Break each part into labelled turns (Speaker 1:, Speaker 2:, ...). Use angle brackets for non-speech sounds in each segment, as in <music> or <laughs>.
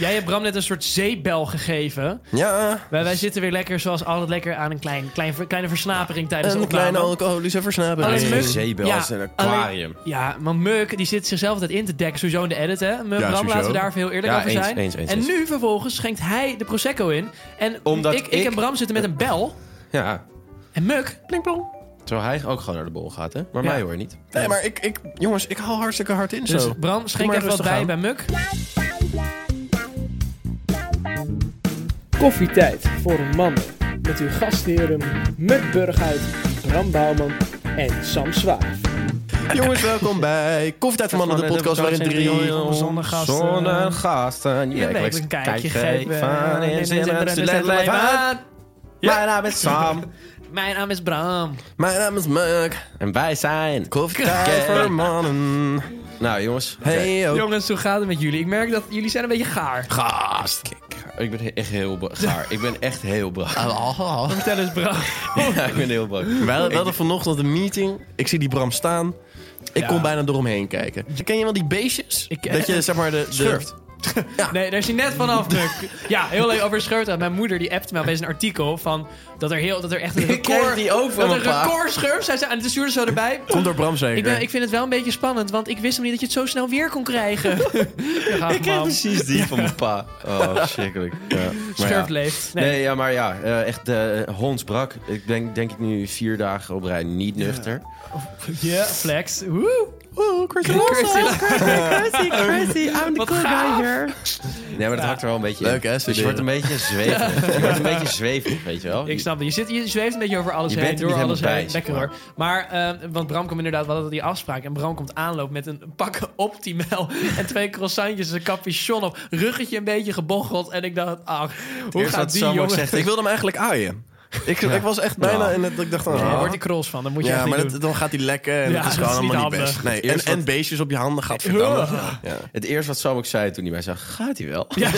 Speaker 1: Jij hebt Bram net een soort zeebel gegeven.
Speaker 2: Ja,
Speaker 1: Wij, wij zitten weer lekker, zoals altijd, lekker aan een klein, klein, ver- kleine versnapering tijdens
Speaker 2: een
Speaker 1: de
Speaker 2: kleine
Speaker 1: opname. Oh,
Speaker 2: alcoholische versnapering.
Speaker 1: Alleen
Speaker 2: Nee,
Speaker 1: Muk-
Speaker 3: zeebel,
Speaker 1: ja,
Speaker 3: dat is een aquarium.
Speaker 1: alleen- ja, maar Muk die zit zichzelf altijd in te dekken, sowieso in de edit, hè? Muk,
Speaker 3: Ja,
Speaker 1: Bram,
Speaker 3: sowieso.
Speaker 1: laten we daar even heel eerlijk
Speaker 3: Ja,
Speaker 1: over
Speaker 3: eens,
Speaker 1: zijn.
Speaker 3: eens, eens,
Speaker 1: en
Speaker 3: eens.
Speaker 1: nu vervolgens schenkt hij de prosecco in. En
Speaker 3: Omdat
Speaker 1: ik, ik,
Speaker 3: ik-
Speaker 1: en Bram zitten met een bel.
Speaker 3: Ja,
Speaker 1: En Muk, plink plong.
Speaker 3: terwijl hij ook gewoon naar de bol gaat, hè? Maar
Speaker 1: Ja.
Speaker 3: mij hoor je niet.
Speaker 2: Nee, maar ik, ik, jongens, ik haal hartstikke hard in
Speaker 1: Dus
Speaker 2: zo.
Speaker 1: Bram, schenk
Speaker 2: maar
Speaker 1: even wat
Speaker 2: rustig
Speaker 1: bij
Speaker 2: aan.
Speaker 1: bij Muk.
Speaker 4: Koffietijd voor een man met uw gastheren Muk Burghuis, Bram Bouwman en Sam Zwaar.
Speaker 2: Jongens, welkom bij Koffietijd van Mannen, de podcast waarin drie...
Speaker 1: zonder gasten.
Speaker 3: Zonder gasten.
Speaker 1: Je werkt een kijkje geven.
Speaker 3: Van in zin en student blijf aan. Mijn naam is Sam.
Speaker 1: Mijn naam is Bram.
Speaker 2: Mijn naam is Mark.
Speaker 3: <laughs> En wij zijn...
Speaker 2: Koffietijd voor Mannen.
Speaker 3: Nou, jongens.
Speaker 2: Hey, yo.
Speaker 1: Jongens, hoe gaat het met jullie? Ik merk dat jullie zijn een beetje gaar.
Speaker 3: Gast. Kijk, Ik ben he- echt heel bra- gaar. Ik ben echt heel brak.
Speaker 1: Vertel eens, Bram.
Speaker 3: <laughs> Ja, ik ben heel brak.
Speaker 2: We hadden- we hadden vanochtend een meeting. Ik zie die Bram staan. Ik kon bijna door hem heen kijken. Ken je wel die beestjes?
Speaker 1: Ik-
Speaker 2: dat je, zeg maar, de... de
Speaker 3: Schurft.
Speaker 1: Nee, daar is hij net vanaf, Muk. Ja, heel leuk over scheurt aan. Mijn moeder die appte mij opeens een artikel van dat er, heel, dat er echt een
Speaker 3: Ik
Speaker 1: record...
Speaker 3: kreeg die ook
Speaker 1: dat
Speaker 3: van mijn
Speaker 1: een
Speaker 3: pa.
Speaker 1: record schurft. Zij zei, en het stuurde zo erbij.
Speaker 2: Komt door Bram zeker?
Speaker 1: Ik, ben, ik vind het wel een beetje spannend, want ik wist hem niet dat je het zo snel weer kon
Speaker 3: <laughs>
Speaker 1: krijgen. ik
Speaker 3: kreeg precies die van mijn pa. Oh, verschrikkelijk. Ja. Maar ja.
Speaker 1: Schurft leeft. Nee.
Speaker 3: Nee, ja, maar ja, eh, echt eh hondsbrak. Ik denk, denk ik nu vier dagen op rij niet nuchter.
Speaker 1: Ja, flex. Woe.
Speaker 2: Oh, Chris
Speaker 1: Crazy, <laughs>
Speaker 5: Crazy, crazy. I'm the
Speaker 1: Wat
Speaker 5: cool guy
Speaker 1: gaaf.
Speaker 5: here.
Speaker 3: Nee, maar dat hangt er wel een beetje
Speaker 2: Leuk,
Speaker 3: in.
Speaker 2: hè,
Speaker 3: Dus je wordt een
Speaker 2: studeren.
Speaker 3: beetje zweverig. Je <laughs> wordt een beetje zweverig, weet Oh, je wel.
Speaker 1: Ik snap het. Je, zit, je zweeft een beetje over alles
Speaker 3: Je
Speaker 1: heen,
Speaker 3: bent er
Speaker 1: door
Speaker 3: niet
Speaker 1: alles
Speaker 3: helemaal
Speaker 1: heen.
Speaker 3: bij,
Speaker 1: Lekker
Speaker 3: zeg
Speaker 1: hoor. Maar, eh, want Bram komt inderdaad, we hadden die afspraak. En Bram komt aanloop met een pak <laughs> optimaal en twee croissantjes, een capuchon op, ruggetje een beetje gebocheld. En ik dacht, ach, hoe
Speaker 3: Eerst had
Speaker 1: gaat die
Speaker 3: Sam ook
Speaker 1: jongen...
Speaker 3: gezegd,
Speaker 2: Ik wilde hem eigenlijk aaien. Ik, ik was echt bijna in het... Ik dacht, oh.
Speaker 1: Nee, Daar wordt hij cross van, dat moet je
Speaker 2: Ja,
Speaker 1: echt
Speaker 2: maar
Speaker 1: niet
Speaker 2: dat, dan gaat hij lekken en
Speaker 1: Ja,
Speaker 2: dat is gewoon
Speaker 1: dat is niet
Speaker 2: allemaal niet
Speaker 1: handig.
Speaker 2: best. Nee, en,
Speaker 3: Eerst wat-
Speaker 2: en beestjes op je handen gaat verdammen.
Speaker 1: <laughs>
Speaker 2: Ja.
Speaker 3: Het eerste wat Sam ook zei toen hij mij zag, gaat hij wel? <laughs>
Speaker 1: doen. Ja.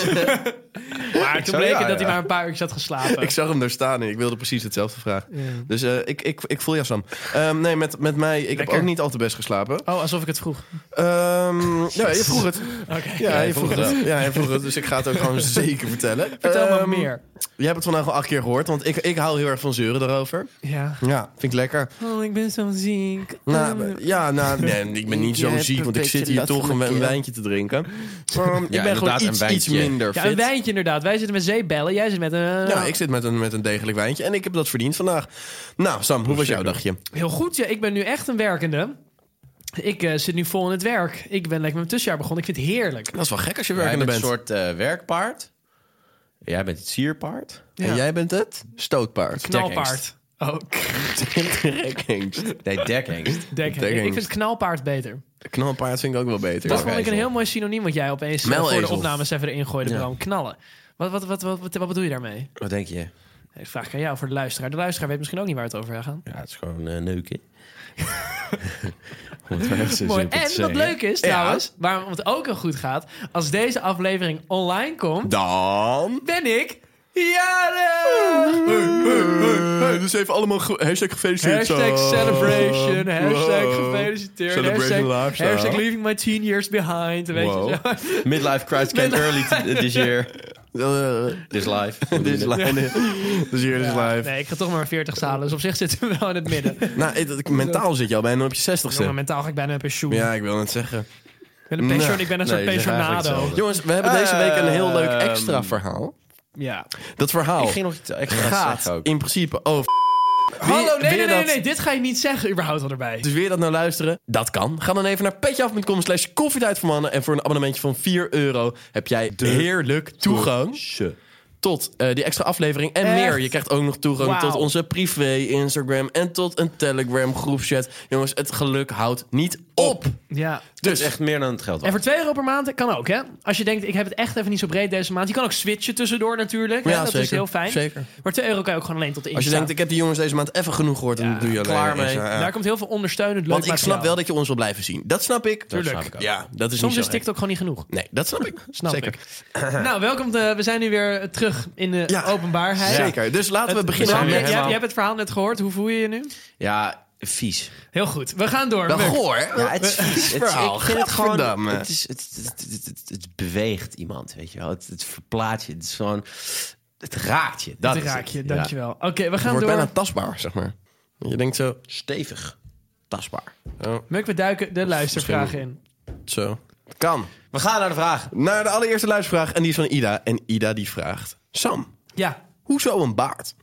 Speaker 1: maar toen
Speaker 3: zou-
Speaker 1: bleek
Speaker 3: ja,
Speaker 1: het dat hij
Speaker 3: ja.
Speaker 1: maar een paar uur zat geslapen.
Speaker 2: Ik zag hem daar staan en ik wilde precies hetzelfde vragen. Dus eh, ik, ik, ik voel jou, Sam. Ehm, nee, met, met mij, ik
Speaker 1: Lekker.
Speaker 2: heb ook niet al te best geslapen.
Speaker 1: Oh, alsof ik het vroeg.
Speaker 2: Ehm, ja, je vroeg
Speaker 1: <laughs>
Speaker 2: het.
Speaker 1: Oké.
Speaker 2: Ja, je vroeg
Speaker 3: vroeg
Speaker 2: het. Ja, je vroeg het. Dus ik ga het ook
Speaker 1: <laughs>
Speaker 2: gewoon zeker vertellen.
Speaker 1: Vertel
Speaker 2: Ehm,
Speaker 1: me meer.
Speaker 2: Je hebt het vandaag al acht keer gehoord, want ik, ik hou heel erg van zeuren daarover.
Speaker 1: Ja.
Speaker 2: Ja, vind ik lekker.
Speaker 1: Oh, ik ben zo ziek.
Speaker 2: Nou, ja, <laughs> nou, nee, ik ben niet
Speaker 5: Je
Speaker 2: zo
Speaker 5: hebt
Speaker 2: ziek,
Speaker 5: een
Speaker 2: want ik
Speaker 5: beetje
Speaker 2: zit hier
Speaker 5: last
Speaker 2: toch
Speaker 5: van
Speaker 2: een,
Speaker 5: de
Speaker 2: een
Speaker 5: keel.
Speaker 2: wijntje te drinken. Ehm, ik ben gewoon
Speaker 3: inderdaad,
Speaker 2: iets,
Speaker 3: een
Speaker 2: iets
Speaker 3: wijntje.
Speaker 2: minder
Speaker 1: ja,
Speaker 2: fit.
Speaker 1: een wijntje inderdaad. Wij eh, zitten met zeebellen, jij zit met een...
Speaker 2: Ja, Nou, ik zit met een, met een degelijk wijntje en ik heb dat verdiend vandaag. Nou, Sam, hoe was jouw dagje?
Speaker 1: Heel goed, ja. Ik ben nu echt een werkende. Ik eh, zit nu vol in het werk. Ik ben lekker met mijn tussenjaar begonnen. Ik vind het heerlijk.
Speaker 2: Dat is wel gek als je
Speaker 3: Jij bent
Speaker 2: werkende
Speaker 3: een
Speaker 2: bent.
Speaker 3: soort eh, werkpaard. Jij bent het sierpaard.
Speaker 2: En jij bent het? Stootpaard.
Speaker 1: Knalpaard. Oh,
Speaker 2: <laughs> Rekhengst.
Speaker 3: Nee, <laughs> dekhengst.
Speaker 1: dekhengst.
Speaker 2: Dekhengst.
Speaker 1: Ik vind het knalpaard beter.
Speaker 2: Knalpaard vind ik ook wel beter.
Speaker 1: Dat
Speaker 2: ja.
Speaker 1: vond ik een heel mooi synoniem wat jij opeens eh, voor de
Speaker 2: Muilezel.
Speaker 1: opnames even erin gooide,
Speaker 3: Ja.
Speaker 1: Bram. Knallen. Wat, wat, wat, wat, wat, wat bedoel je daarmee?
Speaker 3: Wat denk je?
Speaker 1: Ik vraag ik aan jou voor de luisteraar. De luisteraar weet misschien ook niet waar het over gaat.
Speaker 3: Ja, het is gewoon eh, neuken. Om het maar even zo
Speaker 1: Mooi.
Speaker 3: simpel te
Speaker 1: En wat
Speaker 3: zeggen.
Speaker 1: leuk is trouwens, waarom het ook heel goed gaat, als deze aflevering online komt,
Speaker 2: Dan...
Speaker 1: ben ik jarig!
Speaker 2: Hey, dus even allemaal ge- hashtag gefeliciteerd.
Speaker 1: Hashtag
Speaker 2: Sam.
Speaker 1: celebration, hashtag
Speaker 2: Wow.
Speaker 1: gefeliciteerd,
Speaker 2: Celebration
Speaker 1: hashtag,
Speaker 2: lifestyle.
Speaker 1: hashtag leaving my teen years behind, weet je
Speaker 2: Wow.
Speaker 1: zo.
Speaker 3: <laughs> Midlife crisis came early t- this year.
Speaker 2: Eh,
Speaker 3: <laughs> This life.
Speaker 2: <laughs> Dit is live. Dus hier is
Speaker 1: Ja,
Speaker 2: live.
Speaker 1: nee, ik ga toch maar 40 zalen, dus op zich zitten we wel in het midden.
Speaker 2: <laughs> Nou, ik- ik- mentaal zit je al bijna op je
Speaker 1: Jongen,
Speaker 2: zestigste.
Speaker 1: mentaal ga ik bijna een pensioen.
Speaker 2: Ja, ik wil het zeggen.
Speaker 1: Ik ben een, pension,
Speaker 2: Nou,
Speaker 1: ik ben een
Speaker 3: nee,
Speaker 1: soort
Speaker 3: je zegt
Speaker 1: pensionado.
Speaker 3: eigenlijk hetzelfde.
Speaker 2: Jongens, we hebben deze week een heel leuk
Speaker 3: Ehm,
Speaker 2: extra verhaal.
Speaker 1: Ja.
Speaker 2: Dat
Speaker 3: Ik
Speaker 2: verhaal
Speaker 3: ging nog iets ik ging wat
Speaker 2: gaat
Speaker 3: zeggen ook.
Speaker 2: in principe over... Wie-
Speaker 1: Hallo, nee,
Speaker 2: wil
Speaker 1: nee,
Speaker 2: je
Speaker 1: nee,
Speaker 2: dat-
Speaker 1: nee, dit ga je niet zeggen überhaupt al erbij.
Speaker 2: Dus weer dat nou luisteren? Dat kan. Ga dan even naar petjeaf.com slash koffietijd voor mannen. En voor een abonnementje van 4 euro heb jij heerlijk toegang tot eh, die extra aflevering en
Speaker 1: Echt?
Speaker 2: meer. Je krijgt ook nog toegang
Speaker 1: Wauw.
Speaker 2: tot onze privé Instagram en tot een Telegram groepchat. Jongens, het geluk houdt niet op.
Speaker 1: Ja.
Speaker 3: Dus echt meer dan het geld.
Speaker 1: En voor 2 euro per maand kan ook, hè? Als je denkt, ik heb het echt even niet zo breed deze maand. Je kan ook switchen tussendoor natuurlijk. hè?
Speaker 2: Ja,
Speaker 1: dat is dus
Speaker 2: zeker.
Speaker 1: heel fijn.
Speaker 2: Zeker.
Speaker 1: Maar 2 euro kan je ook gewoon alleen tot de
Speaker 2: Als je
Speaker 1: Insta.
Speaker 2: denkt, ik heb die jongens deze maand even genoeg gehoord, dan
Speaker 1: Ja,
Speaker 2: doe je alleen.
Speaker 3: klaar mee.
Speaker 2: Ja, ja.
Speaker 1: Daar komt heel veel ondersteunend leuk
Speaker 2: Want ik snap
Speaker 1: materiaal.
Speaker 2: wel dat je ons wil blijven zien. Dat snap ik.
Speaker 3: Dat
Speaker 1: tuurlijk.
Speaker 3: snap ik ook.
Speaker 2: Ja, dat is
Speaker 1: Soms
Speaker 2: niet
Speaker 1: is
Speaker 2: zo gek.
Speaker 1: TikTok gewoon niet genoeg.
Speaker 2: Nee, dat snap ik.
Speaker 1: Snap
Speaker 2: zeker.
Speaker 1: ik. <clears throat> nou, welkom. eh, we zijn nu weer terug in de
Speaker 2: Ja,
Speaker 1: openbaarheid.
Speaker 2: Zeker. Dus laten we
Speaker 1: Het-
Speaker 2: beginnen.
Speaker 1: Bram,
Speaker 3: zijn
Speaker 1: jij-
Speaker 3: weer
Speaker 1: jij,
Speaker 3: helemaal-
Speaker 1: jij hebt het verhaal net gehoord. Hoe voel je je nu?
Speaker 3: Ja, vies.
Speaker 1: Heel goed. We gaan door.
Speaker 2: Wel
Speaker 1: Muk.
Speaker 2: goor. Ja,
Speaker 3: het is vies
Speaker 2: verhaal.
Speaker 3: Ik vind het gewoon...
Speaker 2: Gadverdamme.
Speaker 3: Het, is, het, het, het, het- het beweegt iemand, weet je wel. Het, het verplaatst je. Het is gewoon... Het raakt je. Dat
Speaker 1: Dat
Speaker 3: is
Speaker 1: raak je,
Speaker 3: het. Ja.
Speaker 1: dankjewel. Oké, we gaan
Speaker 2: wordt
Speaker 1: door.
Speaker 2: bijna tastbaar, zeg maar. Je denkt zo, Oh,
Speaker 3: Stevig. Tastbaar.
Speaker 1: Muk, we duiken de luistervraag in.
Speaker 2: zo. Kan.
Speaker 3: We gaan naar de vraag.
Speaker 2: Naar de allereerste luistervraag. En die is van Ida. En Ida die vraagt... Sam,
Speaker 1: Ja.
Speaker 2: hoezo een baard?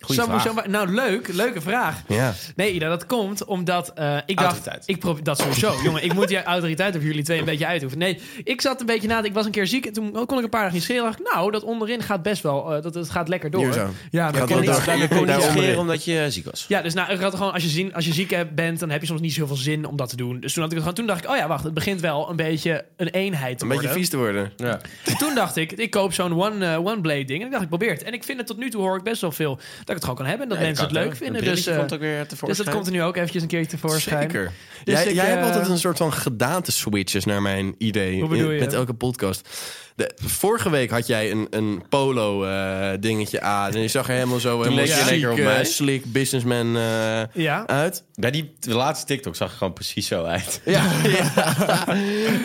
Speaker 3: Goeie
Speaker 1: Sam,
Speaker 3: vraag.
Speaker 1: hoezo- nou, leuk. Leuke vraag.
Speaker 2: Ja.
Speaker 1: Nee, Ida, dat komt omdat eh, ik
Speaker 3: Autoriteit.
Speaker 1: dacht... Ik probeer dat sowieso.
Speaker 2: <laughs>
Speaker 1: Jongen, ik moet die autoriteit op jullie twee een beetje uitoefenen. Nee, ik zat een beetje na. te- Ik was een keer ziek en toen kon ik een paar dagen niet schelen. Dacht ik, nou, dat onderin gaat best wel... eh, dat, het gaat lekker door.
Speaker 2: Hier zo.
Speaker 1: Ja, dat
Speaker 2: Gaat
Speaker 1: kan
Speaker 2: wel
Speaker 1: niet.
Speaker 2: door. <laughs>
Speaker 3: Je
Speaker 2: kon niet
Speaker 3: kon niet
Speaker 2: scheren
Speaker 3: scheren omdat je eh, ziek was.
Speaker 1: Ja, dus nou, ik had gewoon, als, je zien, als je ziek bent, dan heb je soms niet zoveel zin om dat te doen. Dus toen, had ik het gewoon, toen dacht ik, oh ja, wacht, het begint wel een beetje een eenheid te
Speaker 2: Een beetje
Speaker 1: worden.
Speaker 2: vies te worden.
Speaker 3: Ja.
Speaker 1: Toen dacht ik, ik koop zo'n one, eh, one blade ding. En ik dacht, ik probeer het. En ik vind het tot nu toe hoor ik best wel veel dat ik het gewoon kan hebben. En dat mensen het leuk vinden. Dus, eh,
Speaker 3: komt ook weer
Speaker 1: dus dat komt er nu ook eventjes een keertje tevoorschijn.
Speaker 2: Zeker.
Speaker 1: Dus
Speaker 2: jij
Speaker 1: ik,
Speaker 2: jij
Speaker 1: eh,
Speaker 2: hebt altijd een soort van gedaante switches naar mijn idee.
Speaker 1: Hoe bedoel je?
Speaker 2: Met elke podcast. De, vorige week had jij een, een polo eh, dingetje aan. En je zag er helemaal zo helemaal
Speaker 3: leek je
Speaker 2: chic,
Speaker 3: lekker op
Speaker 2: eh,
Speaker 3: mij.
Speaker 2: slick businessman eh,
Speaker 1: Ja.
Speaker 2: uit.
Speaker 3: Bij die de laatste TikTok zag ik gewoon precies zo uit.
Speaker 2: <laughs>
Speaker 3: <laughs>
Speaker 2: Ja.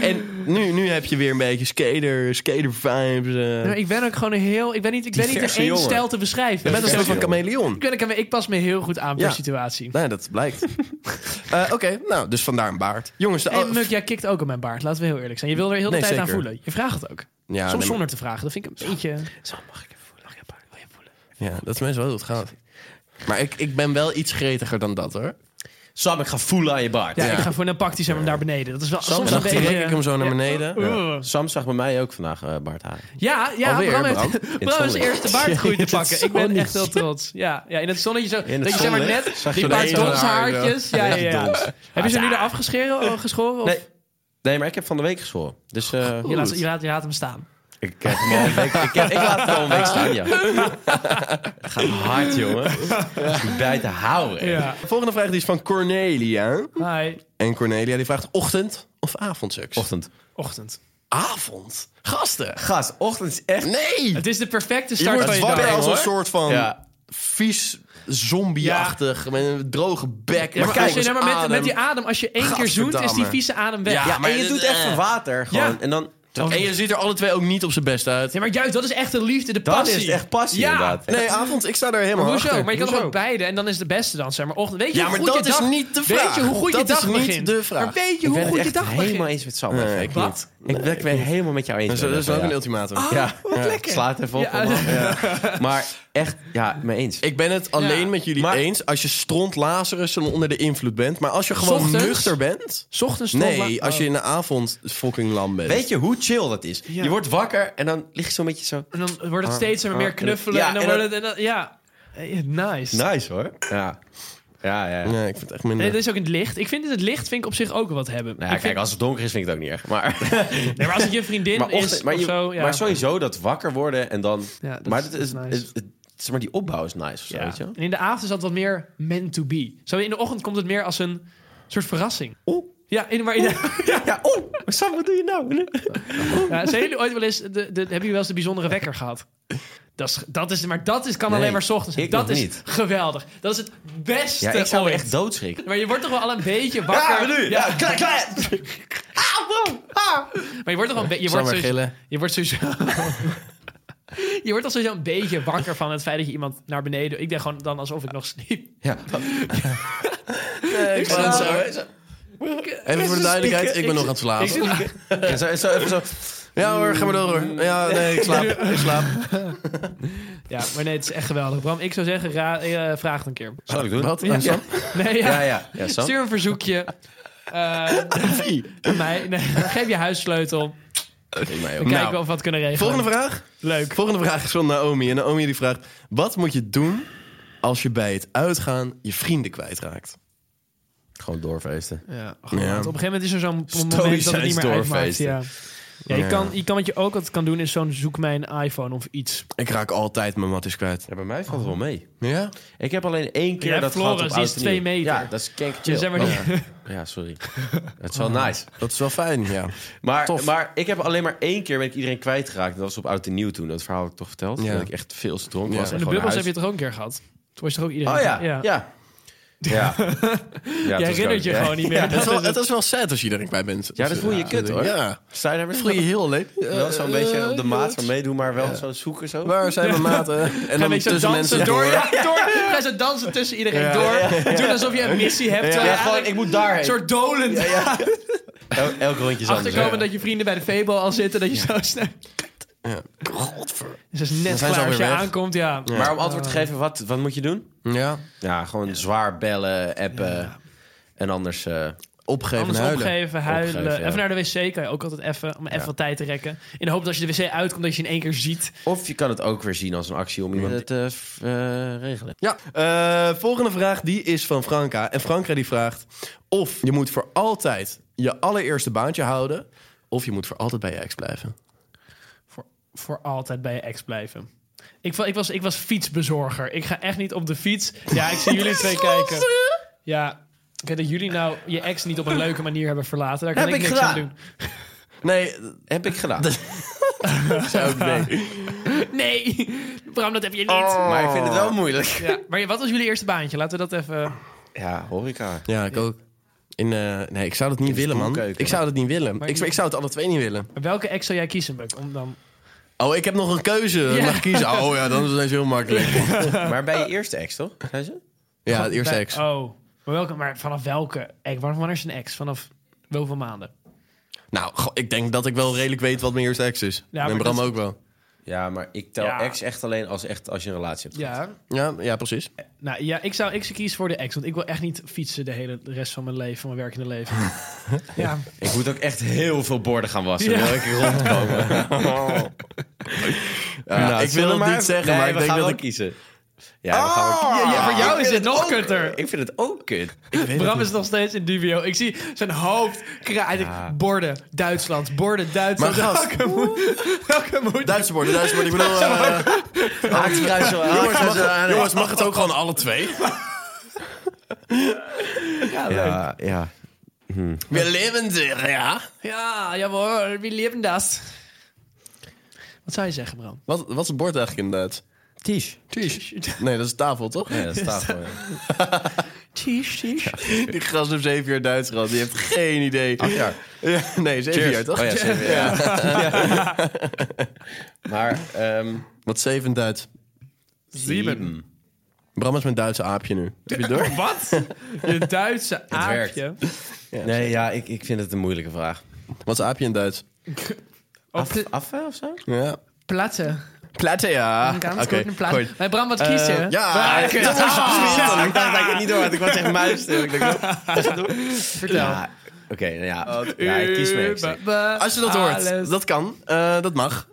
Speaker 2: en nu, nu heb je weer een beetje skater, skater vibes. eh.
Speaker 1: Maar Nou, ik ben ook gewoon een heel... Ik ben niet, ik ben niet in
Speaker 3: Diverse
Speaker 1: één
Speaker 3: jongen.
Speaker 1: stijl te beschrijven.
Speaker 2: je bent een
Speaker 1: ik,
Speaker 2: soort van chameleon.
Speaker 1: ben, ik, ben- ik pas me heel goed aan per
Speaker 2: Ja.
Speaker 1: situatie.
Speaker 2: Nee, dat
Speaker 1: <laughs>
Speaker 2: blijkt. Eh, Oké, nou, dus vandaar een baard. Jongens, de...
Speaker 1: En Muk, jij kikt ook op mijn baard. Laten we heel eerlijk zijn. Je wil er heel de
Speaker 2: oh, Nee,
Speaker 1: tijd aan
Speaker 2: zeker.
Speaker 1: voelen. Je vraagt het ook.
Speaker 2: ja,
Speaker 1: Soms
Speaker 2: nee,
Speaker 1: zonder te vragen. Dat vind ik een beetje...
Speaker 2: Ja, dat is meestal wel hoe het gaat. Maar ik, ik ben wel iets gretiger dan dat, hoor.
Speaker 3: Sam, ik ga voelen aan je baard.
Speaker 1: Ja, ik ga voor een pakjes hem daar beneden. Dat is wel soms
Speaker 2: En
Speaker 1: een
Speaker 2: dan
Speaker 1: beetje...
Speaker 2: trek ik hem zo naar beneden.
Speaker 1: Oeh.
Speaker 3: Sam zag bij mij ook vandaag eh, baard haren.
Speaker 1: Ja, ja
Speaker 2: Alweer,
Speaker 1: Bram heeft
Speaker 2: Bram?
Speaker 1: Bram
Speaker 3: het
Speaker 1: heeft zijn
Speaker 3: zonnetje.
Speaker 1: eerste baardgroei te pakken. Ik ben
Speaker 3: zonnetje.
Speaker 1: echt heel trots. Ja, ja in het zonnetje zo.
Speaker 3: het
Speaker 1: dat je zeg maar
Speaker 3: zonlicht
Speaker 1: net
Speaker 3: zag je
Speaker 1: die paar
Speaker 3: ineens zo'n
Speaker 1: donse
Speaker 2: haar,
Speaker 1: haartjes. Ja, ja, ja. Heb je ze nu eraf gescheren, eh, geschoren? Of?
Speaker 3: Nee. Nee, maar ik heb van de week geschoren. Dus eh,
Speaker 1: Je, laat, je, laat, je laat hem staan.
Speaker 3: <laughs> ik heb hem al een week. Ik, heb- ik laat het al een week staan, ja. <laughs> Gaat hard, jongen. Bij te houden.
Speaker 1: Ja.
Speaker 2: De volgende vraag die is van Cornelia.
Speaker 1: Hi.
Speaker 2: En Cornelia die vraagt ochtend of avondseks?
Speaker 3: Ochtend.
Speaker 1: Ochtend.
Speaker 2: Avond? Gasten?
Speaker 3: Gast, ochtend is echt...
Speaker 2: Nee!
Speaker 1: Het is de perfecte
Speaker 2: je
Speaker 1: start
Speaker 2: wordt
Speaker 1: van je
Speaker 2: wakker
Speaker 1: dag.
Speaker 2: als een
Speaker 3: hoor.
Speaker 2: soort van
Speaker 3: Ja.
Speaker 2: vies zombie-achtig. Met een droge bek.
Speaker 1: Ja, maar als je,
Speaker 2: volgens
Speaker 1: nee, maar met,
Speaker 2: adem.
Speaker 1: met die adem, als je één keer zoent, is die
Speaker 2: Gadverdamme.
Speaker 1: vieze adem weg.
Speaker 2: Ja.
Speaker 1: Ja.
Speaker 3: Ja, maar en je
Speaker 2: dit-
Speaker 3: doet echt
Speaker 2: eh.
Speaker 3: van water gewoon. En dan...
Speaker 2: En je ziet er alle twee ook niet op zijn best uit.
Speaker 1: maar juist, dat is echt de liefde, de
Speaker 3: Dan
Speaker 1: passie.
Speaker 3: is het echt passie,
Speaker 1: Ja.
Speaker 3: inderdaad.
Speaker 2: Nee, avond, ik sta daar helemaal
Speaker 1: Maar hoezo?
Speaker 2: achter.
Speaker 1: Maar je kan toch
Speaker 2: Hoezo?
Speaker 1: ook beide en dan is de beste dan, zeg maar. Ochtend. Weet je
Speaker 2: Ja,
Speaker 1: hoe
Speaker 2: maar
Speaker 1: goed je
Speaker 2: dat is
Speaker 1: dag-
Speaker 2: niet de
Speaker 1: Weet
Speaker 2: vraag.
Speaker 1: je hoe goed
Speaker 2: Dat
Speaker 1: je
Speaker 2: is
Speaker 1: dag
Speaker 2: niet
Speaker 1: begint?
Speaker 2: de vraag.
Speaker 1: Maar weet je
Speaker 3: Ik
Speaker 1: hoe
Speaker 3: ben het
Speaker 1: goed je
Speaker 3: echt
Speaker 1: dag begint?
Speaker 3: helemaal eens met Sam. even. ik,
Speaker 1: Wat?
Speaker 3: ik ben ik ben helemaal met jou eens.
Speaker 2: Dat is, dat is
Speaker 3: Ja.
Speaker 2: ook een ultimatum.
Speaker 1: Ah,
Speaker 3: Ja, ja.
Speaker 1: lekker.
Speaker 3: Sla het even op.
Speaker 1: Ja.
Speaker 3: allemaal. Ja. Maar echt, ja, mee eens.
Speaker 2: Ik ben het alleen
Speaker 1: Ja.
Speaker 2: met jullie
Speaker 3: Maar-
Speaker 2: eens als je stront Lazarus en onder de invloed bent. Maar als je gewoon
Speaker 1: Ochtends?
Speaker 2: nuchter bent.
Speaker 1: Ochtends
Speaker 2: Nee, als je
Speaker 1: Oh.
Speaker 2: in de avond fucking lam bent.
Speaker 3: Weet je hoe chill dat is? Je wordt wakker en dan lig je zo'n beetje zo...
Speaker 1: En dan wordt het steeds maar meer knuffelen.
Speaker 3: ja,
Speaker 1: en dan
Speaker 3: en dat-
Speaker 1: wordt het... En dan, ja, Eh, nice.
Speaker 3: Nice hoor. Ja, ja, Nou ja.
Speaker 2: Nee, ik vind het echt minder.
Speaker 1: Nee, dat is ook in het licht. Ik vind het, het licht vind ik op zich ook wel wat hebben.
Speaker 3: Nou ja,
Speaker 1: Ik vind-
Speaker 3: kijk, als het donker is vind ik het ook niet erg. Maar,
Speaker 1: nee, maar als het je vriendin
Speaker 3: <laughs> maar,
Speaker 1: is
Speaker 3: ochtend- maar,
Speaker 1: of
Speaker 3: je-
Speaker 1: zo... Ja.
Speaker 3: maar sowieso dat wakker worden en dan...
Speaker 1: Ja, dat
Speaker 3: maar
Speaker 1: is-
Speaker 3: dat
Speaker 1: dat is
Speaker 3: is,
Speaker 1: nice.
Speaker 3: het- het- zeg maar, die opbouw is nice of zo,
Speaker 1: Ja.
Speaker 3: weet je wel?
Speaker 1: En in de avond is dat wat meer meant to be. Zo in de ochtend komt het meer als een soort verrassing.
Speaker 3: Oeh.
Speaker 1: <laughs> Ja, in, maar in de,
Speaker 3: Ja, oh, maar Sam, wat doe je nou?
Speaker 1: Ja, zijn jullie ooit wel eens... De, de, hebben jullie wel eens de bijzondere wekker gehad? Dat is, dat is, maar dat is, kan
Speaker 3: Nee,
Speaker 1: alleen maar 's ochtends zijn.
Speaker 3: ik
Speaker 1: Dat
Speaker 3: nog
Speaker 1: is
Speaker 3: niet.
Speaker 1: geweldig. Dat is het beste
Speaker 3: Ja, ik zou me
Speaker 1: ooit.
Speaker 3: echt doodschrikken.
Speaker 1: Maar je wordt toch wel
Speaker 3: <laughs>
Speaker 1: al een beetje wakker. Ja.
Speaker 3: klaar, klaar.
Speaker 1: Maar je wordt toch wel een beetje... Je
Speaker 2: Zal
Speaker 1: wordt
Speaker 2: maar
Speaker 1: sowieso-
Speaker 2: gillen.
Speaker 1: Je wordt sowieso... <laughs> Je wordt al sowieso een beetje wakker van het feit dat je iemand naar beneden... Ik denk gewoon dan alsof <laughs> ik nog sliep.
Speaker 3: Ja,
Speaker 2: Nee, ik ben aan het
Speaker 3: zou-
Speaker 2: zo- Even voor de duidelijkheid, ik ben nog aan het slapen.
Speaker 3: Ja, zo, zo, even zo.
Speaker 2: Ja hoor, ga maar door hoor. Ja, nee, ik slaap. Ik slaap.
Speaker 1: Ja, maar nee, het is echt geweldig. Bram, ik zou zeggen, ra- eh, vraag het een keer.
Speaker 3: Zal ik doen?
Speaker 2: Wat?
Speaker 1: Ja.
Speaker 2: Aan Sam?
Speaker 1: Nee, Ah, ja.
Speaker 3: Ja, ja. ja Sam?
Speaker 1: Stuur een verzoekje. Eh
Speaker 3: <laughs>
Speaker 1: aan mij. Nee, <laughs> geef je huissleutel.
Speaker 3: Prima, joh.
Speaker 1: Dan kijken
Speaker 2: Nou,
Speaker 1: we of we wat kunnen regelen.
Speaker 2: Volgende vraag.
Speaker 1: Leuk.
Speaker 2: Volgende vraag is van Naomi. En Naomi die vraagt: Wat moet je doen als je bij het uitgaan je vrienden kwijtraakt?
Speaker 3: Gewoon doorfeesten.
Speaker 1: Ja, gewoon,
Speaker 2: Ja.
Speaker 1: want Op een gegeven moment is er zo'n moment dat het
Speaker 3: Stoïcijns
Speaker 1: niet meer uitmaakt.
Speaker 3: doorfeesten.
Speaker 1: Ja. Ja, je
Speaker 2: Ja.
Speaker 1: Kan, je kan, wat je ook altijd kan doen is zo'n zoek mijn iPhone of iets.
Speaker 2: Ik raak altijd mijn matties kwijt.
Speaker 3: Ja, bij mij valt het wel mee.
Speaker 2: Ja?
Speaker 3: Ik heb alleen één keer
Speaker 1: Jij
Speaker 3: dat
Speaker 1: Floris,
Speaker 3: gehad op
Speaker 1: die is
Speaker 3: Oud en Nieuw.
Speaker 1: twee meter.
Speaker 3: Ja, dat is kanker
Speaker 1: Dus Ah. zeg maar
Speaker 3: chill.
Speaker 1: <laughs> die-
Speaker 3: Ja. ja, sorry. <laughs> Het is wel nice.
Speaker 2: Dat is wel fijn, ja.
Speaker 3: Maar,
Speaker 2: Tof.
Speaker 3: maar ik heb alleen maar één keer ben ik iedereen kwijtgeraakt. En dat was op Oud en Nieuw toen. Dat verhaal heb ik toch verteld?
Speaker 2: Ja.
Speaker 3: Dat ik echt veel te dronken
Speaker 2: Ja.
Speaker 3: was.
Speaker 1: En de
Speaker 3: gewoon
Speaker 1: bubbels
Speaker 3: naar
Speaker 1: heb je
Speaker 3: huis-
Speaker 1: toch ook een keer gehad? Toen was je toch ook iedereen...
Speaker 3: Oh ja, ja.
Speaker 1: ja. <laughs>
Speaker 3: Ja. ja
Speaker 1: je herinnert je gewoon niet meer.
Speaker 2: Het is,
Speaker 3: <laughs>
Speaker 2: wel, het is wel sad als je erin kwijt bent.
Speaker 3: Ja, dat voel je
Speaker 2: Dus,
Speaker 3: kut,
Speaker 2: eh,
Speaker 3: hoor.
Speaker 2: Ja, Eh,
Speaker 3: Sta je daar
Speaker 2: dat voel je heel leuk.
Speaker 3: wel zo'n beetje op de maat van
Speaker 2: van
Speaker 3: meedoen, maar wel zo zoeken zo.
Speaker 2: Waar zijn mijn maten? En
Speaker 1: Ga
Speaker 2: dan
Speaker 1: je zo
Speaker 2: tussen
Speaker 1: dansen
Speaker 2: mensen
Speaker 1: door.
Speaker 2: door.
Speaker 1: Ja, door. Ga ze dansen tussen iedereen door. Doen alsof je een missie hebt. terwijl je eigenlijk
Speaker 3: ik moet daarheen.
Speaker 1: Een soort dolend.
Speaker 3: El- elk rondje is anders.
Speaker 1: Achterkomen dat je vrienden bij de Febo al zitten. Dat je zo snel...
Speaker 2: Ja. Godver.
Speaker 1: Dus dat is net
Speaker 2: zijn ze
Speaker 1: klaar als je
Speaker 2: alweer weg.
Speaker 1: aankomt, ja.
Speaker 3: hè. Maar om antwoord te geven, wat, wat moet je doen?
Speaker 2: Ja,
Speaker 3: Ja, gewoon zwaar bellen, appen. En anders... eh,
Speaker 2: opgeven
Speaker 1: Anders
Speaker 2: en huilen.
Speaker 1: opgeven, huilen.
Speaker 3: Opgeven, ja.
Speaker 1: Even naar de wc kan je ook altijd even. Om even wat tijd te rekken. In de hoop dat als je de wc uitkomt, dat je ze in één keer ziet.
Speaker 3: of je kan het ook weer zien als een actie om iemand te eh, regelen.
Speaker 2: Ja. Eh, volgende vraag die is van Franka. En Franka die vraagt of je moet voor altijd je allereerste baantje houden... of je moet voor altijd bij je ex blijven.
Speaker 1: Voor, voor altijd bij je ex blijven. Ik, wa- ik, was, ik was fietsbezorger. Ik ga echt niet op de <laughs> fiets. Ja, ik zie jullie twee kijken. Ja, kijk dat jullie nou je ex niet op een leuke manier hebben verlaten. Daar kan
Speaker 3: Heb
Speaker 1: ik
Speaker 3: ik
Speaker 1: niks aan
Speaker 3: gedaan.
Speaker 1: doen.
Speaker 2: Nee,
Speaker 3: <laughs> Heb ik gedaan. Oh,
Speaker 2: zou ik nee. <laughs>
Speaker 1: Nee, <laughs> Bram, dat heb je niet.
Speaker 3: Maar ik vind het wel moeilijk.
Speaker 1: Ja, maar wat was jullie eerste baantje? Laten we dat even...
Speaker 3: Ja, horeca.
Speaker 2: Ja, ik ook. In, eh, nee, ik zou dat niet willen, man.
Speaker 3: spoelkeuken.
Speaker 2: Ik zou dat niet willen. Ik, ik zou het alle twee niet willen.
Speaker 1: Welke ex zou jij kiezen, Buck? Om dan...
Speaker 2: Oh, ik heb nog een keuze.
Speaker 1: Ja.
Speaker 2: Mag ik
Speaker 1: <laughs>
Speaker 2: kiezen? Oh ja, dan is het ineens heel makkelijk.
Speaker 3: Maar bij je eerste ex, toch? Zei ze?
Speaker 2: Ja, het eerste
Speaker 1: Bij-
Speaker 2: ex.
Speaker 1: Oh, maar, welke, maar vanaf welke ex? Wanneer wanneer is een ex? Vanaf hoeveel maanden?
Speaker 2: Nou, goh, ik denk dat ik wel redelijk weet wat mijn eerste ex is.
Speaker 1: maar
Speaker 2: en Bram
Speaker 1: dat-
Speaker 2: ook wel.
Speaker 3: Ja, maar ik tel
Speaker 1: Ja.
Speaker 3: ex echt alleen als, echt als je een relatie hebt.
Speaker 1: Ja.
Speaker 2: Ja, ja precies.
Speaker 1: Nou ja, ik zou ik zou kiezen voor de ex. Want ik wil echt niet fietsen de hele de rest van mijn leven, van mijn werkende leven.
Speaker 2: <laughs>
Speaker 1: ja.
Speaker 3: Ik moet ook echt heel veel borden gaan wassen.
Speaker 1: Ja.
Speaker 3: Wil ik
Speaker 1: <laughs>
Speaker 3: rondkomen.
Speaker 2: Ja,
Speaker 3: Nou,
Speaker 2: ik wil het niet zeggen, maar ik denk dat ik...
Speaker 3: kiezen. Ja, we gaan
Speaker 1: Ja,
Speaker 3: wel kiezen.
Speaker 1: ja, voor jou
Speaker 3: Ik
Speaker 1: is
Speaker 3: vind
Speaker 1: het nog kutter.
Speaker 3: Ik vind het ook kut.
Speaker 1: Bram is nog steeds in dubio. Ik zie zijn hoofd kraaien. Borden, Duitsland. Borden, Duitsland.
Speaker 2: Maar gast-
Speaker 1: Welke moet- <laughs> welke moet-
Speaker 2: Duitse woorden, Duitse woorden. Ik bedoel, eh,
Speaker 3: Haakkruis wel.
Speaker 2: jongens, mag, eh, jongens, mag het ook gewoon alle twee?
Speaker 3: Ja, ja.
Speaker 2: We leven zich, ja.
Speaker 1: Ja, jawel. Wie leven dat? Wat zou je zeggen, Bram?
Speaker 2: Wat, wat is het bord eigenlijk inderdaad?
Speaker 3: Tisch.
Speaker 2: Tisch.
Speaker 1: <laughs>
Speaker 2: Nee, dat is tafel, toch?
Speaker 3: Ja, dat staat gewoon.
Speaker 1: Tisch, tisch.
Speaker 2: <laughs> Die gast heeft zeven jaar Duits gehad. Die heeft geen idee.
Speaker 3: Acht jaar.
Speaker 2: <laughs> Ja, nee, zeven jaar, toch?
Speaker 3: Oh ja, zeven jaar. Ja. <laughs> Maar, ehm
Speaker 2: Wat zeven Duits?
Speaker 3: Sieben.
Speaker 2: Bram is mijn Duitse aapje nu. Heb je het
Speaker 1: <laughs>
Speaker 2: door?
Speaker 1: Wat? Je Duitse aapje.
Speaker 3: Nee, ja, ik, ik vind het een moeilijke vraag.
Speaker 2: Wat is aapje in Duits?
Speaker 1: Of de
Speaker 3: Af of zo?
Speaker 2: Ja.
Speaker 1: platte.
Speaker 2: Platte, ja.
Speaker 1: Een ganz
Speaker 2: Oké,
Speaker 1: okay, platte.
Speaker 2: goed.
Speaker 1: Maar Bram, wat kies je?
Speaker 2: Ja,
Speaker 1: Oké.
Speaker 2: dat was het.
Speaker 3: Ik dacht dat ik het niet door had. Ik was echt muis. dus Ik dacht,
Speaker 1: Vertel.
Speaker 3: ja, Oké, nou ja. ja, ik kies mijn ex.
Speaker 1: Ba- ba-
Speaker 2: Als je dat hoort,
Speaker 1: alles.
Speaker 2: dat kan. Eh, dat mag.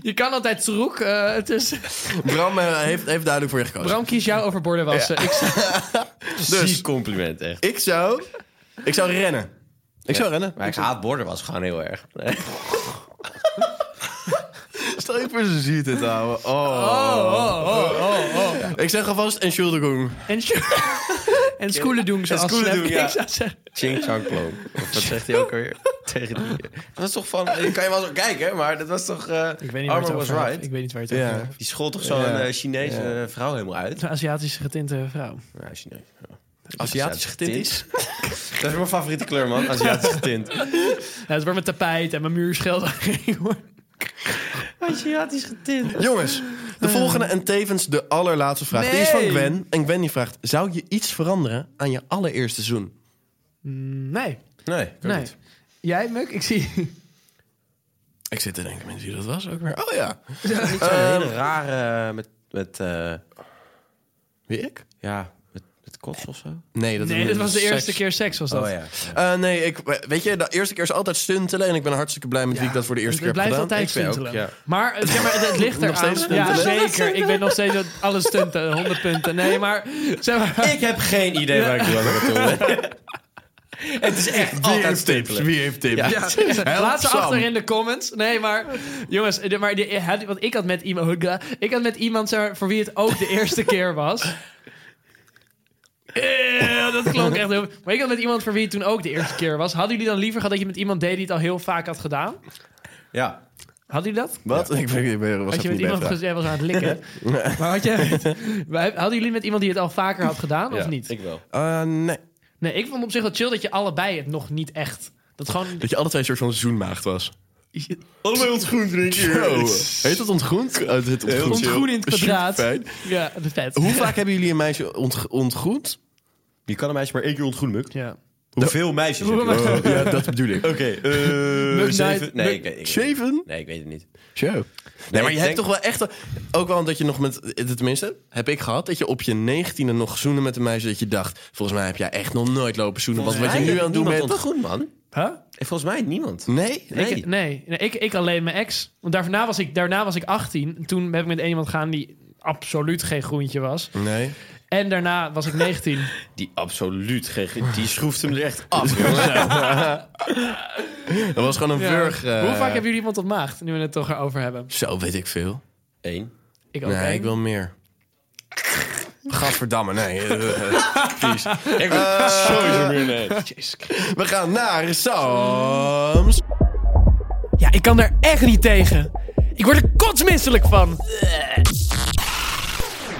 Speaker 1: Je kan altijd terug. eh, het is...
Speaker 2: Bram eh, heeft, heeft duidelijk voor je gekozen.
Speaker 1: Bram, kies jou over borden wassen. Ik zeg-
Speaker 2: Dus-
Speaker 3: Precies compliment, echt.
Speaker 2: Ik zou... Ik zou rennen. Ik zou rennen.
Speaker 3: Maar ik haat borden was gewoon heel erg.
Speaker 2: <laughs> Stel je voor, ze ziet het, ouwe. Oh.
Speaker 1: Oh,
Speaker 2: Ik zeg alvast en Schuldigung.
Speaker 1: En, scho- <laughs> en schoenen doen zoals
Speaker 3: schoenen
Speaker 1: Snap.
Speaker 3: doen, ja.
Speaker 1: Ik zou zeggen.
Speaker 3: Ching Chang Plong. Of <laughs> wat zegt hij ook alweer? <laughs> Tegen die... eh? Dat was toch van... Kan je wel zo kijken, maar dat was toch... eh
Speaker 1: Ik weet niet waar
Speaker 3: Armor
Speaker 1: het
Speaker 3: was
Speaker 1: over
Speaker 3: right.
Speaker 1: gaat. Ik weet niet waar je het over
Speaker 2: Ja.
Speaker 1: hebt.
Speaker 3: Die school toch zo'n
Speaker 2: Ja.
Speaker 3: eh, Chinese eh, vrouw helemaal uit?
Speaker 1: Een Aziatische getinte vrouw.
Speaker 3: Ja, Chinees. ja.
Speaker 2: Aziatisch getint is.
Speaker 3: Dat is mijn favoriete kleur, man. Aziatisch getint.
Speaker 1: Ja, het wordt mijn tapijt en mijn <laughs> muurschildering. hoor.
Speaker 3: Aziatisch getint.
Speaker 2: Jongens, de volgende en tevens de allerlaatste vraag. Die is van
Speaker 1: Eh. Nee.
Speaker 2: Gwen. En Gwen die vraagt, zou je iets veranderen aan je allereerste seizoen?
Speaker 1: Nee.
Speaker 3: Nee, ik ook
Speaker 1: nee.
Speaker 3: niet.
Speaker 1: Jij, Muk? Ik zie...
Speaker 2: Ik zit te denken, mensen, dat was ook weer. Oh ja.
Speaker 3: Niet zo'n hele rare... eh, Met, met, eh,
Speaker 2: Wie ik?
Speaker 3: ja, met, met kots of zo.
Speaker 2: Nee, dat,
Speaker 1: Nee, dit was de
Speaker 2: seks.
Speaker 1: eerste keer seks was dat.
Speaker 3: Oh ja.
Speaker 2: Eh, nee, ik, weet je, de eerste keer is altijd stuntelen. En ik ben hartstikke blij met wie ik dat voor de eerste
Speaker 1: Het
Speaker 2: keer heb
Speaker 1: blijft
Speaker 2: gedaan.
Speaker 1: altijd
Speaker 3: ben ook,
Speaker 1: stuntelen.
Speaker 3: ja.
Speaker 1: Maar, het- ja, maar het, het ligt
Speaker 2: Nog
Speaker 1: eraan.
Speaker 2: steeds
Speaker 1: Ja,
Speaker 2: stuntelen?
Speaker 1: zeker. Ik weet nog steeds dat alle stunten, 100 punten. Nee, maar... Zeg maar
Speaker 3: Ik heb geen idee waar ik het over ga doen. <laughs> Het is echt
Speaker 2: Wie
Speaker 3: altijd
Speaker 2: heeft tips?
Speaker 3: stippelen.
Speaker 2: Wie heeft tips?
Speaker 3: Ja.
Speaker 1: Ja, <laughs> laat ze
Speaker 2: Sam.
Speaker 1: achter in de comments. Nee, maar jongens, de- maar die, had- want ik had met iemand, ik had met iemand zeg maar, voor wie het ook de eerste keer was. Eh, dat klonk echt heel. Maar ik had met iemand voor wie het toen ook de eerste keer was. Hadden jullie dan liever gehad dat je met iemand deed die het al heel vaak had gedaan?
Speaker 3: Ja.
Speaker 1: Had hij dat?
Speaker 2: Wat? Ik ben, ik ben was
Speaker 1: Had je met
Speaker 2: even niet bij
Speaker 1: iemand
Speaker 2: de vraag.
Speaker 1: gezegd, jij was aan het likken. maar had jij, maar hadden jullie met iemand die het al vaker had gedaan of
Speaker 3: Ja,
Speaker 1: niet?
Speaker 3: Ik wel.
Speaker 2: Eh, nee.
Speaker 1: Nee, ik vond op zich wel chill dat je allebei het nog niet echt. Dat
Speaker 2: <laughs>
Speaker 1: gewoon.
Speaker 2: Dat je alle twee een soort van zoenmaagd was. Allebei ontgroend drinken. Heet dat ontgroend? Oh, het ontgroend.
Speaker 1: Ontgroen in het kwadraat.
Speaker 2: Superfijn.
Speaker 1: Ja, de vet.
Speaker 2: Hoe vaak hebben jullie een meisje ontg- ontgroend?
Speaker 3: Je kan een meisje maar één keer ontgroenen, Muk.
Speaker 1: Ja.
Speaker 3: Nou. Hoeveel meisjes heb je?
Speaker 1: Hoeveel
Speaker 3: Oké,
Speaker 2: <laughs> ja, dat bedoel ik.
Speaker 3: eh,
Speaker 1: Muk
Speaker 3: zeven?
Speaker 1: Knight,
Speaker 3: Nee,
Speaker 1: Muk-
Speaker 3: ik, weet- ik, weet-
Speaker 2: Shaven?
Speaker 3: nee, ik weet het niet.
Speaker 2: Show. Nee, maar je
Speaker 3: ik
Speaker 2: hebt
Speaker 3: denk-
Speaker 2: toch wel echt... Ook wel omdat je nog met... Tenminste, heb ik gehad dat je op je negentiende nog zoenen met een meisje... dat je dacht, volgens mij heb jij echt nog nooit lopen zoenen. Want wat je nu aan het doen bent...
Speaker 3: Ontgroen, man.
Speaker 1: Huh?
Speaker 3: Volgens mij niemand.
Speaker 2: Nee?
Speaker 3: Nee.
Speaker 1: Ik, nee, nee, ik, ik alleen mijn ex. Want daarna was ik, daarna was ik 18. En Toen heb ik met één iemand gegaan die absoluut geen groentje was.
Speaker 2: Nee.
Speaker 1: En daarna was ik 19.
Speaker 3: Die absoluut geen... Die schroeft hem er echt af.
Speaker 2: <laughs> Dat was gewoon een
Speaker 1: Ja.
Speaker 2: vurg. eh,
Speaker 1: Hoe vaak hebben jullie iemand ontmaagd? Nu we het toch erover hebben.
Speaker 2: Zo weet ik veel.
Speaker 3: Eén.
Speaker 1: Ik ook.
Speaker 2: Nee,
Speaker 1: één.
Speaker 2: ik wil meer. Gadverdamme, nee. <laughs> eh, eh, Vies.
Speaker 3: Ik wil sowieso meer nee.
Speaker 2: We gaan naar Sam's.
Speaker 1: Ja, ik kan daar echt niet tegen. Ik word er kotsmisselijk van.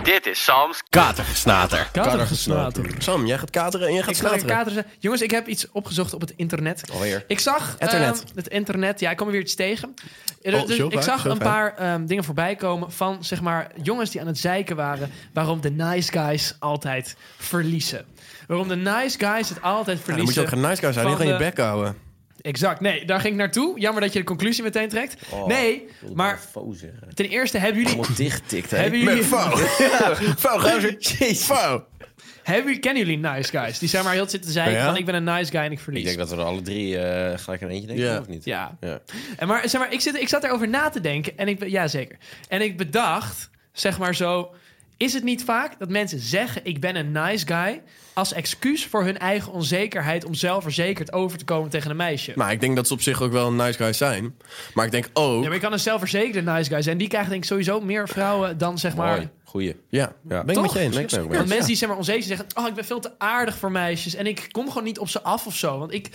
Speaker 5: Dit is Sam's
Speaker 3: Katergesnater.
Speaker 1: Katergesnater.
Speaker 2: Sam, jij gaat kateren en jij gaat
Speaker 1: Ik zal
Speaker 2: snateren.
Speaker 1: kateren. Jongens, ik heb iets opgezocht op het internet.
Speaker 3: Alweer.
Speaker 1: Ik zag
Speaker 2: Ethernet.
Speaker 1: ehm, het internet. Ja, ik kwam er weer iets tegen. Eh,
Speaker 2: Oh,
Speaker 1: dus
Speaker 2: zo
Speaker 1: ik
Speaker 2: vaak,
Speaker 1: zag
Speaker 2: zo
Speaker 1: een paar
Speaker 2: vaak.
Speaker 1: ehm, dingen voorbij komen van zeg maar jongens die aan het zeiken waren. Waarom de nice guys altijd verliezen. Waarom de nice guys het altijd
Speaker 2: Ja, dan moet je
Speaker 1: verliezen.
Speaker 2: ook geen nice guy zijn, die
Speaker 1: Van
Speaker 2: gaan je
Speaker 1: de-
Speaker 2: bek
Speaker 1: <laughs>
Speaker 2: houden.
Speaker 1: exact. Nee, daar ging ik naartoe. Jammer dat je de conclusie meteen trekt.
Speaker 2: Oh,
Speaker 1: nee, maar ten eerste hebben jullie.
Speaker 3: Allemaal dichtgetikt, hè?
Speaker 1: Hebben jullie,
Speaker 2: Met vouw.
Speaker 1: <laughs>
Speaker 2: Vouw, gozer. Vouw.
Speaker 1: hebben, jullie- kennen jullie nice guys? Die zijn maar heel te zitten zeiken
Speaker 2: Ja.
Speaker 1: van ik ben een nice guy en ik verlies.
Speaker 3: Ik denk dat we er alle drie eh, gelijk aan eentje denken,
Speaker 2: Ja.
Speaker 3: of niet?
Speaker 1: Ja.
Speaker 3: Ja.
Speaker 1: En maar, zeg maar, ik, zit, ik zat erover na te denken en ik, be- ja zeker. En ik bedacht, zeg maar zo, is het niet vaak dat mensen zeggen ik ben een nice guy als excuus voor hun eigen onzekerheid om zelfverzekerd over te komen tegen een meisje?
Speaker 2: Maar ik denk dat ze op zich ook wel een nice guy zijn. Maar ik denk oh,
Speaker 1: ja,
Speaker 2: ook...
Speaker 1: maar je kan een zelfverzekerde nice guy zijn. Die krijgt denk ik sowieso meer vrouwen dan zeg maar.
Speaker 3: Mooi. Goeie.
Speaker 2: Ja,
Speaker 3: Ja.
Speaker 2: ben ik met je eens.
Speaker 3: Ben ik het ook mee
Speaker 1: Want
Speaker 3: eens.
Speaker 1: mensen die zeg maar onzeker zijn, zeggen, oh ik ben veel te aardig voor meisjes en ik kom gewoon niet op ze af of zo, want ik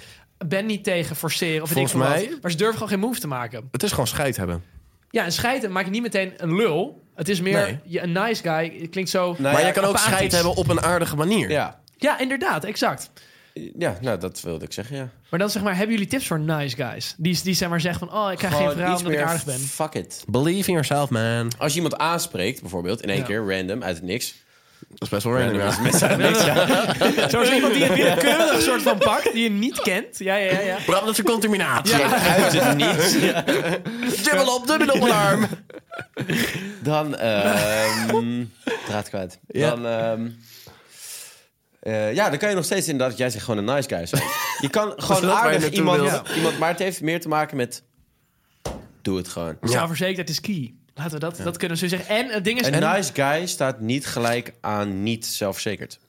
Speaker 1: ben niet tegen forceren of weet ik
Speaker 2: Volgens
Speaker 1: veel
Speaker 2: mij-
Speaker 1: wat. Maar ze durven gewoon geen move te maken.
Speaker 2: Het is gewoon scheid hebben.
Speaker 1: Ja, en scheiden maak je niet meteen een lul. Het is meer
Speaker 2: Nee.
Speaker 1: je, een nice guy. Het klinkt zo.
Speaker 3: Nou
Speaker 2: maar
Speaker 3: ja,
Speaker 2: je kan ook
Speaker 1: apathisch.
Speaker 2: scheid hebben op een aardige manier.
Speaker 3: Ja.
Speaker 1: Ja, inderdaad, exact.
Speaker 3: Ja, nou, dat wilde ik zeggen, ja.
Speaker 1: Maar dan zeg maar, hebben jullie tips voor nice guys? Die, die zeg maar zeggen van, oh, ik krijg geen
Speaker 3: Gewoon
Speaker 1: verhaal
Speaker 3: iets
Speaker 1: omdat ik
Speaker 3: meer
Speaker 1: aardig ben.
Speaker 3: <laughs> Fuck it.
Speaker 2: Believe in yourself, man.
Speaker 3: Als je iemand aanspreekt, bijvoorbeeld, in één
Speaker 1: Ja.
Speaker 3: keer, random, uit het niks.
Speaker 2: Dat is best wel random. ja.
Speaker 1: Zoals iemand die een willekeurig soort van pakt, die je niet kent. Ja, ja, ja. ja.
Speaker 2: Bram, dat is een contaminatie.
Speaker 3: Uit het niets.
Speaker 2: Dubbel op, dubbel op alarm.
Speaker 3: Dan, ehm draad kwijt.
Speaker 2: Ja.
Speaker 3: Dan, ehm, eh, ja, dan kan je nog steeds inderdaad, jij zegt gewoon een nice guy zijn. Je kan
Speaker 2: waar
Speaker 3: gewoon
Speaker 2: je
Speaker 3: aardig
Speaker 2: naartoe
Speaker 3: iemand,
Speaker 2: wilde.
Speaker 3: iemand, maar het heeft meer te maken met, doe het gewoon.
Speaker 1: Zelfverzekerdheid is key. Laten we dat, dat kunnen we zo zeggen. En het ding is...
Speaker 3: Een nice guy staat niet gelijk aan niet zelfverzekerd.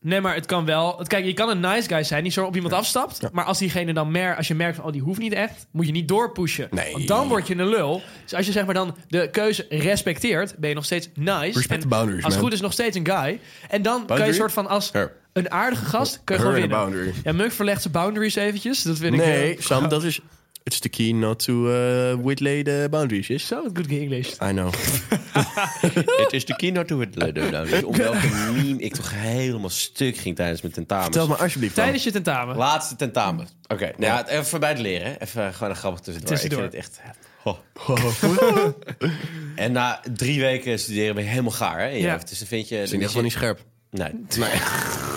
Speaker 1: Nee, maar het kan wel... Het, kijk, je kan een nice guy zijn die zo op iemand afstapt. Maar als diegene dan mer, als je merkt van, oh, die hoeft niet echt, moet je niet doorpushen.
Speaker 2: Nee.
Speaker 1: Want dan word je een lul. Dus als je zeg maar dan de keuze respecteert, ben je nog steeds nice.
Speaker 2: Respect
Speaker 1: En
Speaker 2: the boundaries,
Speaker 1: Als het
Speaker 2: man.
Speaker 1: goed is nog steeds een guy. En dan kan je een soort van als
Speaker 3: Her.
Speaker 1: een aardige gast, kun je
Speaker 2: Her
Speaker 1: gewoon
Speaker 2: in the
Speaker 1: winnen.
Speaker 2: boundary.
Speaker 1: Ja, Munk verlegt zijn boundaries eventjes. Dat vind ik...
Speaker 2: Nee,
Speaker 1: eh,
Speaker 2: Sam, dat is... It's the key not to eh, whitlay the boundaries, yes?
Speaker 1: Zo, het good English.
Speaker 2: I know.
Speaker 3: Het is de keynote to it. Nou, dus om welke meme ik toch helemaal stuk ging tijdens mijn tentamens.
Speaker 2: Vertel me alsjeblieft. Bram.
Speaker 1: Tijdens je tentamen.
Speaker 3: Laatste tentamen. Oké, nou ja, even voorbij het leren. hè. Even eh, gewoon een grappig tussendoor.
Speaker 1: Tussendoor.
Speaker 3: Ik vind het echt... Ho. en na drie weken studeren ben je helemaal gaar, hè? in je
Speaker 1: Ja.
Speaker 3: hoofd. Dus dan vind je...
Speaker 2: is in ieder geval niet scherp.
Speaker 3: Nee.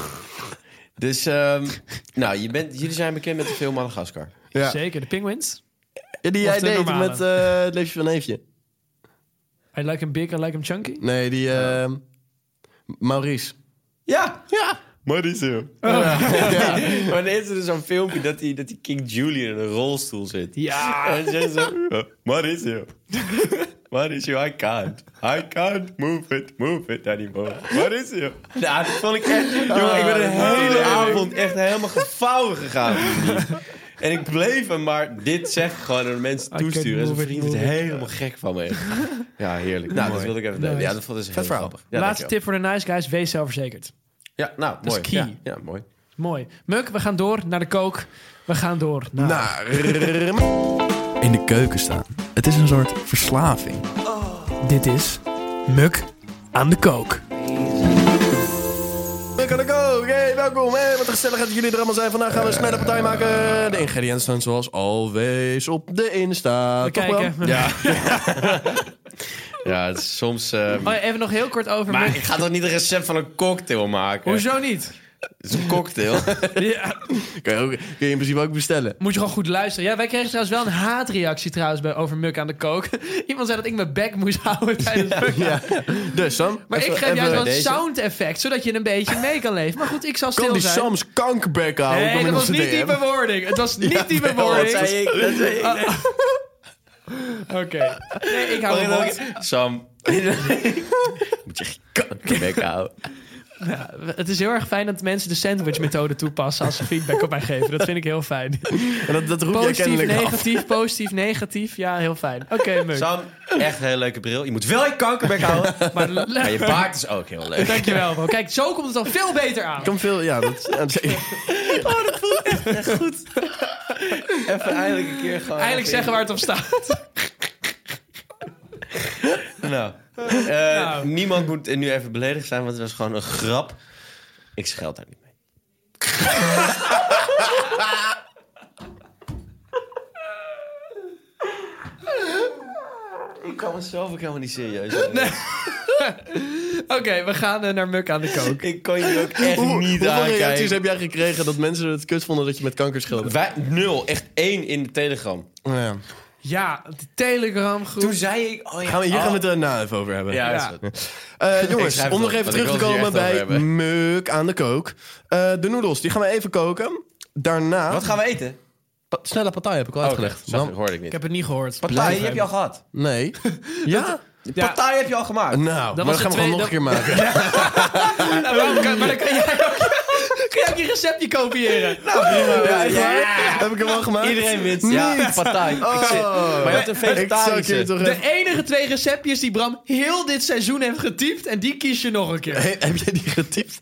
Speaker 3: <laughs> dus, ehm, nou, je bent, jullie zijn bekend met de film Madagaskar.
Speaker 2: Ja.
Speaker 1: Zeker, de penguins.
Speaker 2: Ja, die
Speaker 1: Of
Speaker 2: jij
Speaker 1: de
Speaker 2: deed
Speaker 1: normale.
Speaker 2: met eh, het leefje van Eefje.
Speaker 1: I like him big, I like him chunky.
Speaker 2: Nee, die... eh, Maurice.
Speaker 3: Ja!
Speaker 2: Ja.
Speaker 3: Mauricio. <laughs> Maar dan is er dus zo'n filmpje dat die, dat die King Julian in een rolstoel zit.
Speaker 1: Ah, Ja.
Speaker 3: En ze zo, Mauricio. Mauricio, I can't. I can't move it, move it anymore. Mauricio. Nou, dat vond ik echt... Jongen, ik ben een hele avond echt helemaal gevouwen gegaan. En ik bleef hem maar dit zeggen gewoon aan de mensen
Speaker 1: can't
Speaker 3: toesturen. En zijn
Speaker 1: move it,
Speaker 3: vriend is
Speaker 1: move it.
Speaker 3: helemaal gek van me. Ja, heerlijk. Nou, dat wilde ik even delen. Ja, dat vond ik dus heel
Speaker 2: verhaal.
Speaker 3: grappig. Ja,
Speaker 1: Laatste
Speaker 3: dankjewel.
Speaker 1: tip voor de nice guys, wees zelfverzekerd.
Speaker 3: Ja, nou,
Speaker 1: is
Speaker 3: mooi.
Speaker 1: key.
Speaker 3: Ja, ja,
Speaker 1: <laughs>
Speaker 3: mooi.
Speaker 2: Nou.
Speaker 1: Mooi. Muk, we gaan door naar de kook. We gaan door naar...
Speaker 2: Naar... in de keuken staan. Het is een soort verslaving. Dit is Muk aan de kook. Muk aan de kook, hey, welkom. Hey, wat gezellig dat jullie er allemaal zijn. Vandaag gaan we snelle partij maken. De ingrediënten staan zoals alwees op de Insta.
Speaker 1: We
Speaker 2: Toch wel?
Speaker 1: kijken.
Speaker 3: Ja. ja, het is soms... eh,
Speaker 1: Oh, even nog heel kort over
Speaker 3: maar
Speaker 1: Muk.
Speaker 3: ik ga toch niet een recept van een cocktail maken?
Speaker 1: Hoezo niet?
Speaker 3: Het is een <laughs> cocktail.
Speaker 1: Ja,
Speaker 2: Kun je, ook, kun je in principe ook bestellen.
Speaker 1: moet je gewoon goed luisteren. Ja, wij kregen trouwens wel een haatreactie trouwens bij over Muk aan de kook. <laughs> Iemand zei dat ik mijn bek moest houden tijdens Muk.
Speaker 2: Ja. Dus Sam,
Speaker 1: Maar
Speaker 2: even-
Speaker 1: ik geef
Speaker 2: even-
Speaker 1: juist wel een
Speaker 3: deze.
Speaker 1: sound effect, zodat je een beetje mee kan leven. Maar goed, ik zal
Speaker 2: Kan
Speaker 1: stil
Speaker 2: die
Speaker 1: zijn.
Speaker 2: Sams kankerbek houden?
Speaker 1: Nee,
Speaker 2: Kom
Speaker 1: dat
Speaker 2: in
Speaker 1: was
Speaker 2: onze
Speaker 1: niet die
Speaker 2: DM.
Speaker 1: bewoording. Het was niet
Speaker 2: <laughs>
Speaker 1: die
Speaker 3: dat
Speaker 1: bewoording.
Speaker 3: zei ik. Dat zei ik.
Speaker 1: Oké. Nee, ik hou mijn mond.
Speaker 3: <laughs> Sam. Moet je geen kankerbek houden.
Speaker 1: Ja, het is heel erg fijn dat mensen de sandwich-methode toepassen als ze feedback op mij geven. Dat vind ik heel
Speaker 3: <laughs>
Speaker 1: fijn.
Speaker 2: En dat, dat roep jij
Speaker 1: Positief,
Speaker 2: kennelijk af.
Speaker 1: negatief, positief, negatief. Ja, heel fijn. Oké, <laughs> Muk.
Speaker 3: <laughs> Sam, echt een hele leuke bril. Je moet wel je kankerbek <laughs> houden.
Speaker 1: Maar
Speaker 3: Maar je baard is ook heel leuk.
Speaker 1: <laughs> Dankjewel, bro. Kijk, zo komt het al veel beter aan.
Speaker 2: Kan veel, ja. Dat,
Speaker 1: <laughs>
Speaker 2: ja, dat is-
Speaker 3: Even eindelijk een keer gewoon...
Speaker 1: Eindelijk zeggen waar het op staat. <laughs>
Speaker 3: <laughs> Nou, eh, niemand moet nu even beledigd zijn, want het was gewoon een grap. Ik scheld daar niet mee. <laughs> Ik kan mezelf ook helemaal niet serieus nemen.
Speaker 1: Oké, we gaan eh, naar Muk aan de kook.
Speaker 3: Ik kon je ook echt
Speaker 2: Hoe,
Speaker 3: niet
Speaker 2: hoeveel reacties
Speaker 3: aankijken.
Speaker 2: heb jij gekregen dat mensen het kut vonden dat je met kanker scheelde?
Speaker 3: Wij, nul, echt één in de telegram.
Speaker 2: Ja.
Speaker 1: Ja, de Telegram-groep.
Speaker 3: Toen zei ik... Oh ja,
Speaker 2: Gaan we, hier gaan
Speaker 3: oh.
Speaker 2: we het eh, na even over hebben.
Speaker 3: Ja,
Speaker 1: Ja.
Speaker 3: is goed.
Speaker 2: Eh,
Speaker 3: Ik
Speaker 2: jongens,
Speaker 3: schrijf
Speaker 2: om
Speaker 3: het
Speaker 2: nog
Speaker 3: op,
Speaker 2: even
Speaker 3: want
Speaker 2: terug
Speaker 3: ik
Speaker 2: te
Speaker 3: wil het
Speaker 2: komen
Speaker 3: hier echt
Speaker 2: bij
Speaker 3: over hebben.
Speaker 2: Muk aan de kook. Eh, de noedels, die gaan we even koken. Daarna...
Speaker 3: Wat gaan we eten?
Speaker 2: Pa- snelle partij heb ik al uitgelegd.
Speaker 3: sorry,
Speaker 2: Dan-
Speaker 3: hoorde ik niet.
Speaker 1: Ik heb het niet gehoord.
Speaker 3: Partij die heb je al gehad.
Speaker 2: Nee. <laughs> ja?
Speaker 1: Ja.
Speaker 3: Partij heb je al gemaakt.
Speaker 2: Nou,
Speaker 1: was
Speaker 2: maar dan
Speaker 1: de
Speaker 2: gaan we gewoon
Speaker 1: tweede-
Speaker 2: nog een keer
Speaker 3: <laughs>
Speaker 2: maken.
Speaker 1: Nou, waarom kan- maar dan kan jij ook, <laughs> kan jij ook je receptje kopiëren.
Speaker 3: Nou,
Speaker 2: Ja, echt waar? Heb ik hem al gemaakt?
Speaker 3: Iedereen wint. Ja, partij. Ik zit.
Speaker 2: Oh.
Speaker 3: Maar je had een
Speaker 2: Ik zou
Speaker 3: vegetarische.
Speaker 2: hier toch even...
Speaker 1: De enige twee receptjes die Bram heel dit seizoen heeft getypt... en die kies je nog een keer.
Speaker 2: He- heb jij die getypt?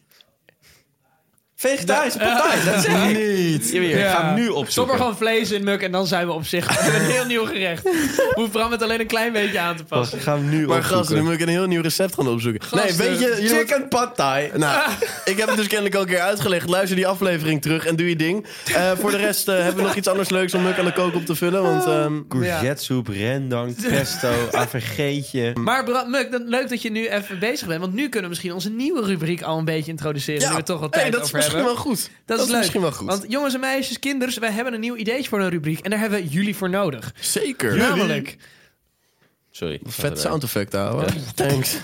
Speaker 3: Vegetarische partij, dat zeg ik.
Speaker 2: Niet.
Speaker 3: Hier, hier, Ik ga
Speaker 1: Ja.
Speaker 3: hem nu
Speaker 1: Stop er
Speaker 3: opzoeken.
Speaker 1: gewoon vlees in, Muk, en dan zijn we op zich. <laughs> We hebben een heel nieuw gerecht. Hoeft Bram het alleen een klein beetje aan te passen.
Speaker 3: ga hem nu
Speaker 2: Maar gasten, nu moet ik een heel nieuw recept gaan opzoeken.
Speaker 1: Gasten.
Speaker 2: Nee, weet je... jullie-
Speaker 3: Chicken pad thai.
Speaker 2: Nou, ik heb het dus kennelijk al een keer uitgelegd. Luister die aflevering terug en doe je ding. Eh, voor de rest eh, hebben we nog iets anders leuks om Muk aan de kook op te vullen. Want ehm,
Speaker 3: Courgettesoep, <laughs> rendang, pesto, avergeetje.
Speaker 1: Maar Bram, Muk, dan- leuk dat je nu even bezig bent. Want nu kunnen we misschien onze nieuwe rubriek al een beetje introduceren. nu we toch al tijd
Speaker 2: hey, dat is
Speaker 1: over
Speaker 2: misschien
Speaker 1: hebben.
Speaker 2: wel goed.
Speaker 1: Dat, is, leuk.
Speaker 2: misschien wel goed.
Speaker 1: Want jongens en meisjes, kinders, wij hebben een nieuw ideetje voor een rubriek. En daar hebben we jullie voor nodig.
Speaker 2: Zeker.
Speaker 1: Namelijk,
Speaker 3: Sorry.
Speaker 2: Vet sound effect houden. Thanks. Ik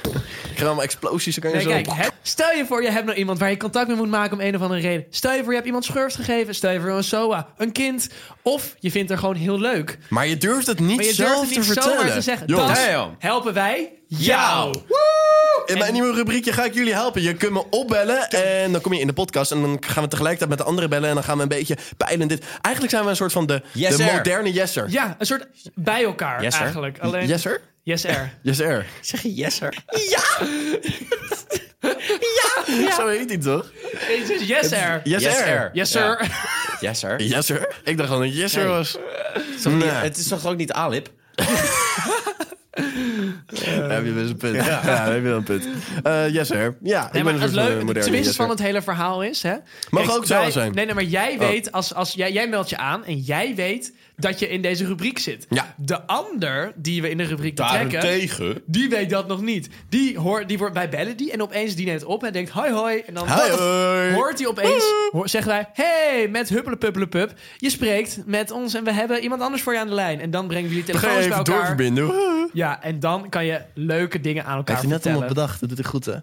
Speaker 2: ga allemaal explosies, dan kan
Speaker 1: nee,
Speaker 2: je
Speaker 1: kijk,
Speaker 2: zo...
Speaker 1: hè, stel je voor je hebt nou iemand waar je contact mee moet maken om een of andere reden. Stel je voor je hebt iemand schurft gegeven. Stel je voor een SOA, een kind. Of je vindt haar gewoon heel leuk.
Speaker 2: Maar je durft het niet
Speaker 1: Maar je durft
Speaker 2: zelf
Speaker 1: het
Speaker 2: te
Speaker 1: niet
Speaker 2: vertellen.
Speaker 1: zomaar te zeggen.
Speaker 2: Jongens,
Speaker 1: Dus
Speaker 3: Damn.
Speaker 1: helpen wij jou.
Speaker 2: in mijn nieuwe rubriekje ga ik jullie helpen. Je kunt me opbellen en dan kom je in de podcast. En dan gaan we tegelijkertijd met de anderen bellen. En dan gaan we een beetje peilen dit. Eigenlijk zijn we een soort van de,
Speaker 3: Yes,
Speaker 2: de
Speaker 3: sir.
Speaker 2: moderne yeser.
Speaker 1: Ja, een soort bij elkaar
Speaker 3: Yes, sir.
Speaker 1: eigenlijk. Alleen, yes.
Speaker 2: Yeser?
Speaker 1: er.
Speaker 2: <laughs> Yeser.
Speaker 3: Zeg je yes, sir.
Speaker 2: Zo heet hij toch?
Speaker 1: Jezus, Yes, er.
Speaker 2: Yes,
Speaker 3: Yes,
Speaker 2: sir.
Speaker 3: sir.
Speaker 1: Yes, sir.
Speaker 3: Yes, sir.
Speaker 2: Yes, sir. Ik dacht gewoon dat yes, sir
Speaker 3: Nee.
Speaker 2: was.
Speaker 3: Toch niet-
Speaker 2: Nee.
Speaker 3: Het is toch ook niet Alip?
Speaker 2: Daar heb je best een punt. Ja, daar heb je wel een punt. Eh, yes, sir. Ja, ik
Speaker 1: Nee,
Speaker 2: ben
Speaker 1: maar
Speaker 2: een
Speaker 1: het
Speaker 2: soort van, eh,
Speaker 1: leuke, de
Speaker 2: moderne
Speaker 1: twist
Speaker 2: yes, sir.
Speaker 1: van het hele verhaal is... Hè,
Speaker 2: Mag
Speaker 1: Kijk,
Speaker 2: ook zo
Speaker 1: wij-
Speaker 2: zijn. Oh.
Speaker 1: Nee, nee, maar jij weet, als, als, jij, jij meldt je aan en jij weet dat je in deze rubriek zit.
Speaker 2: Ja.
Speaker 1: De ander die we in de rubriek trekken, die weet dat nog niet. Die hoort, die wordt, wij bellen die en opeens die neemt op en denkt hoi hoi. En dan
Speaker 2: Hi, hoi.
Speaker 1: hoort hij opeens, hoor, zeggen wij, hey, met huppelepuppelepup. Je spreekt met ons en we hebben iemand anders voor je aan de lijn. En dan brengen jullie
Speaker 2: Ga je
Speaker 1: telefoons bij
Speaker 2: even
Speaker 1: elkaar.
Speaker 2: doorverbinden. Heb
Speaker 1: Ja, en dan kan je leuke dingen aan elkaar
Speaker 2: je net
Speaker 1: vertellen.
Speaker 2: allemaal bedacht. Dat doet hij goed, hè?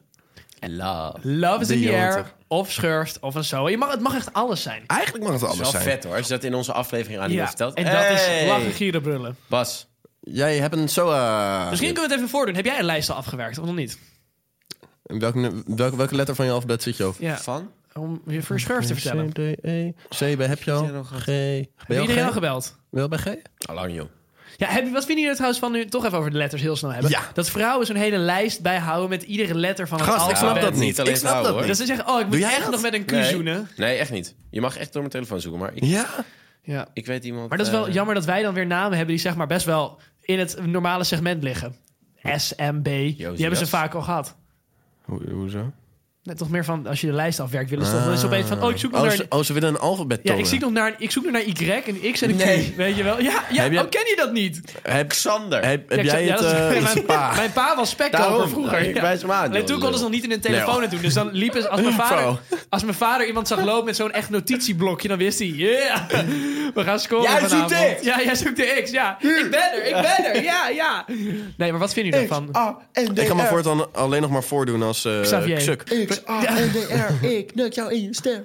Speaker 3: Love.
Speaker 1: Love is in
Speaker 2: Die
Speaker 1: the
Speaker 2: jongen
Speaker 1: air,
Speaker 2: toch.
Speaker 1: of schurft, of een zo. Je mag, het mag echt alles zijn.
Speaker 2: Eigenlijk mag het
Speaker 3: Dat
Speaker 2: alles
Speaker 3: is wel
Speaker 2: zijn.
Speaker 3: vet hoor, als je dat in onze aflevering aan iemand
Speaker 1: Ja,
Speaker 3: vertelt.
Speaker 1: en dat
Speaker 3: Hey.
Speaker 1: is lachen, gieren,
Speaker 2: Ah,
Speaker 1: brullen.
Speaker 3: Bas,
Speaker 2: Jij hebt een eh, SOA.
Speaker 1: Misschien kunnen we het even voordoen. Heb jij een lijst al afgewerkt, of nog niet?
Speaker 2: Welke, welke, welke letter van je alfabet zit je op?
Speaker 1: Ja,
Speaker 3: van?
Speaker 1: om je voor schurft te vertellen.
Speaker 2: C, D, E. C, B heb je al.
Speaker 3: Heb jij nog
Speaker 2: G.
Speaker 3: gehad?
Speaker 2: Ben je
Speaker 1: Heb
Speaker 2: al
Speaker 1: iedereen al
Speaker 2: G?
Speaker 1: gebeld?
Speaker 2: Wel bij G?
Speaker 3: Alang joh.
Speaker 1: Ja, heb, je- wat vinden jullie er trouwens van nu toch even over de letters heel snel hebben?
Speaker 2: Ja.
Speaker 1: Dat vrouwen zo'n hele lijst bijhouden met iedere letter van het
Speaker 2: Gast, ik
Speaker 1: alfabet.
Speaker 2: snap dat
Speaker 3: Niet
Speaker 2: niet.
Speaker 3: alleen
Speaker 2: Ik snap
Speaker 3: vrouwen,
Speaker 2: dat
Speaker 3: hoor.
Speaker 1: Dat
Speaker 2: niet.
Speaker 1: ze zeggen, oh, ik moet
Speaker 2: jij
Speaker 1: echt
Speaker 2: dat?
Speaker 1: nog met een Q
Speaker 3: Nee.
Speaker 1: zoenen.
Speaker 3: Nee, echt niet. Je mag echt door mijn telefoon zoeken, maar ik
Speaker 2: Ja?
Speaker 1: Ja.
Speaker 3: Ik weet iemand...
Speaker 1: Maar dat is wel
Speaker 3: eh,
Speaker 1: jammer dat wij dan weer namen hebben die zeg maar best wel in het normale segment liggen. SMB, die hebben ze
Speaker 3: Jas.
Speaker 1: vaak al gehad.
Speaker 2: Ho- hoezo?
Speaker 1: Net toch meer van, als je de lijst afwerkt, willen ze toch wel eens opeens van... Oh, ik zoek nog
Speaker 2: Ah. Oh,
Speaker 1: naar
Speaker 2: ze,
Speaker 1: een-
Speaker 2: oh, ze willen een alfabet
Speaker 1: ja, ik,
Speaker 2: torren.
Speaker 1: zoek nog naar, een- ik zoek nog naar Y en een X en een
Speaker 3: Nee.
Speaker 1: Q, weet je wel. Ja, ja
Speaker 2: Heb je-
Speaker 1: oh, ken je dat niet?
Speaker 2: Heb,
Speaker 3: Xander.
Speaker 2: heb, heb
Speaker 1: Ja,
Speaker 2: jij
Speaker 1: ik
Speaker 2: het...
Speaker 1: zou- ja, dat is- <laughs>
Speaker 2: eh,
Speaker 1: mijn,
Speaker 2: pa?
Speaker 1: mijn pa was spekkoper vroeger.
Speaker 3: eh, Ik
Speaker 1: ja.
Speaker 3: wijs hem aan,
Speaker 1: Alleen
Speaker 3: joh,
Speaker 1: toen konden ze nog niet in hun telefoon
Speaker 2: Lul.
Speaker 1: naartoe. Dus dan liepen ze, als
Speaker 3: <laughs>
Speaker 1: mijn vader, als mijn vader iemand zag lopen met zo'n echt notitieblokje, dan wist hij, yeah, <laughs> we gaan scoren
Speaker 3: Jij zoekt
Speaker 1: vanavond.
Speaker 3: de X.
Speaker 1: Ja, jij zoekt de X, ja. Ik ben er, ik ben er, ja,
Speaker 3: <laughs>
Speaker 1: ja. Nee, maar wat vinden jullie daarvan?
Speaker 2: Ik kan me voortaan alleen nog maar voordoen als eh
Speaker 1: Xavier.
Speaker 2: Xuk.
Speaker 5: X-A-N-D-R, ik nuk jou in je stem.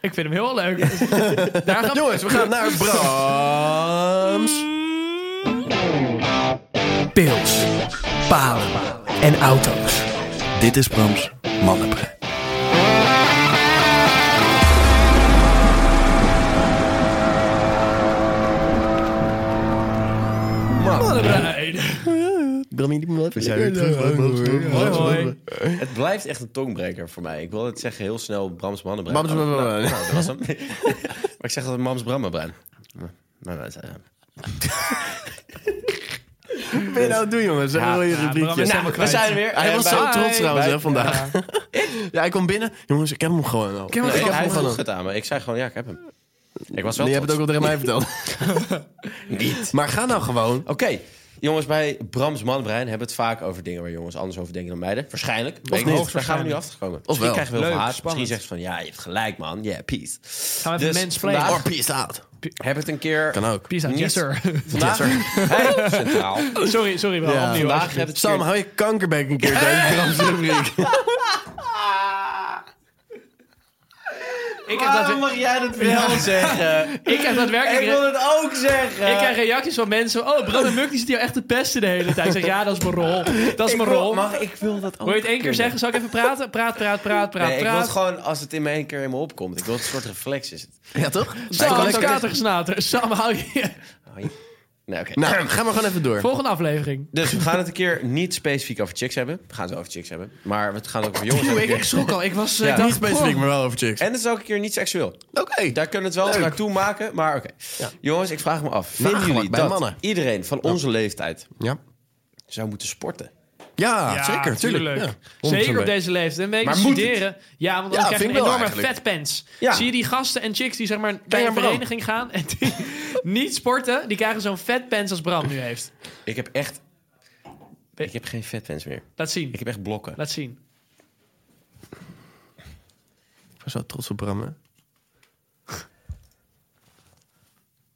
Speaker 1: Ik vind hem heel leuk. <laughs> Daar gaan
Speaker 2: Jongens, we gaan naar Brams.
Speaker 4: Pils, palen en auto's.
Speaker 6: Dit is Brams Mannenbrein.
Speaker 1: we rijden.
Speaker 2: Bram, die moet
Speaker 1: Hoi, hoi.
Speaker 3: Het blijft echt een tongbreker voor mij. Ik wil het zeggen heel snel Brams Mannenbrein.
Speaker 2: Mams,
Speaker 3: Oh,
Speaker 2: mams,
Speaker 3: nou,
Speaker 2: mams.
Speaker 3: nou, dat was hem. <laughs> maar ik zeg altijd Mams Brammenbrein. Maar eh, wij zijn...
Speaker 2: Wat ben je nou aan het doen, jongens? Zeg maar je
Speaker 1: ja, Bram is
Speaker 2: rubriekje.
Speaker 1: helemaal
Speaker 3: Nou, we
Speaker 1: kwijt.
Speaker 3: zijn er weer.
Speaker 2: Hij
Speaker 3: En
Speaker 2: was
Speaker 3: wij-
Speaker 2: zo trots trouwens
Speaker 3: wij-
Speaker 2: hè, vandaag. Eh, <laughs> Ja, hij komt binnen. Jongens, ik heb hem gewoon al. Ik
Speaker 1: hem
Speaker 3: Nee,
Speaker 2: heb
Speaker 3: hij
Speaker 2: hem
Speaker 3: heeft het
Speaker 2: gewoon
Speaker 3: goed
Speaker 2: al.
Speaker 3: gedaan, maar ik zei gewoon, ja, ik heb hem. Ik was wel
Speaker 2: Je hebt het ook
Speaker 3: trots.
Speaker 2: wel tegen mij verteld. <laughs>
Speaker 3: Niet.
Speaker 2: Maar ga nou gewoon.
Speaker 3: Oké, jongens, bij Brams Mannenbrein hebben we het vaak over dingen waar jongens anders over denken dan meiden. Waarschijnlijk. Weet ik niet. Daar gaan we nu
Speaker 1: Hoogstwaarschijnlijk.
Speaker 3: achter komen.
Speaker 2: Of wel.
Speaker 3: Misschien krijgen we heel
Speaker 1: Leuk,
Speaker 3: veel haat.
Speaker 1: spannend.
Speaker 3: Misschien zegt ze van, ja, je hebt gelijk, man. Yeah, peace.
Speaker 1: Gaan we even
Speaker 3: Dus
Speaker 1: mansplainen.
Speaker 3: vandaag-
Speaker 2: Or peace out.
Speaker 3: Heb het een keer...
Speaker 2: Kan ook.
Speaker 1: Peace out,
Speaker 3: Niet-
Speaker 1: yes sir.
Speaker 3: Vandaag?
Speaker 1: <laughs>
Speaker 3: Hey, centraal.
Speaker 1: sorry, sorry wel,
Speaker 2: Ja.
Speaker 1: opnieuw.
Speaker 3: Vandaag hebben we het
Speaker 2: Sam,
Speaker 3: een keer...
Speaker 2: hou je kankerbek een keer tijdens Brams rubriek.
Speaker 1: Ik heb, daadwer-
Speaker 3: jij dat wel <laughs> zeggen?
Speaker 1: ik heb daadwerkelijk...
Speaker 3: het ook zeggen.
Speaker 1: Ik krijg reacties van mensen. Oh, Bram en Muk die zitten hier echt te pesten de hele tijd. Ik zeg, ja, dat is mijn rol. Dat is mijn rol. Wil
Speaker 3: ik wil dat ook.
Speaker 1: je het één keer zeggen? Zal ik even praten? Praat, praat, praat, praat,
Speaker 3: Nee, ik wil het
Speaker 1: Nou, praat.
Speaker 3: gewoon als het in me één keer in me opkomt. Ik wil het een soort reflex is. het.
Speaker 2: <laughs> Ja,
Speaker 1: Sam,
Speaker 2: toch? Hij
Speaker 1: het
Speaker 2: kan
Speaker 1: is
Speaker 2: ook-
Speaker 1: katergesnater. Sam, hou je...
Speaker 3: Nee, oké.
Speaker 2: Nou, ga maar gewoon even door.
Speaker 1: Volgende aflevering.
Speaker 3: Dus we gaan het een keer niet specifiek over chicks hebben. We gaan het wel over chicks hebben. Maar we gaan het ook over jongens
Speaker 1: Oeh,
Speaker 3: hebben.
Speaker 1: ik, ik schrok al. Ik was... eh,
Speaker 3: Ja.
Speaker 1: ik dacht,
Speaker 2: Niet specifiek,
Speaker 1: goh.
Speaker 2: maar wel over chicks.
Speaker 3: En het is ook een keer niet seksueel.
Speaker 2: Oké.
Speaker 3: Daar kunnen we het wel eens naartoe maken. Maar oké. Jongens, ik vraag me af. Vinden
Speaker 2: Nagelak
Speaker 3: jullie
Speaker 2: bij
Speaker 3: dat
Speaker 2: mannen.
Speaker 3: iedereen van onze leeftijd
Speaker 2: Ja.
Speaker 3: zou moeten sporten?
Speaker 2: Ja,
Speaker 1: Ja,
Speaker 2: zeker, tuurlijk. Ja,
Speaker 1: Zeker
Speaker 2: 100%.
Speaker 1: op deze leeftijd. Een beetje
Speaker 2: Maar moet
Speaker 1: studeren. Ja, want dan
Speaker 2: Ja,
Speaker 1: krijg je een
Speaker 2: vind ik wel
Speaker 1: enorme
Speaker 2: eigenlijk.
Speaker 1: vetpens.
Speaker 3: Ja.
Speaker 1: Zie je die gasten en chicks die zeg maar bij
Speaker 2: ja,
Speaker 1: een
Speaker 2: Bram.
Speaker 1: vereniging gaan en die <laughs> niet sporten, die krijgen zo'n vetpens als Bram nu heeft.
Speaker 3: Ik heb echt... Ik heb geen vetwens meer.
Speaker 1: Laat zien.
Speaker 3: Ik heb echt blokken.
Speaker 1: Laat zien.
Speaker 2: Ik was wel trots op Bram, hè?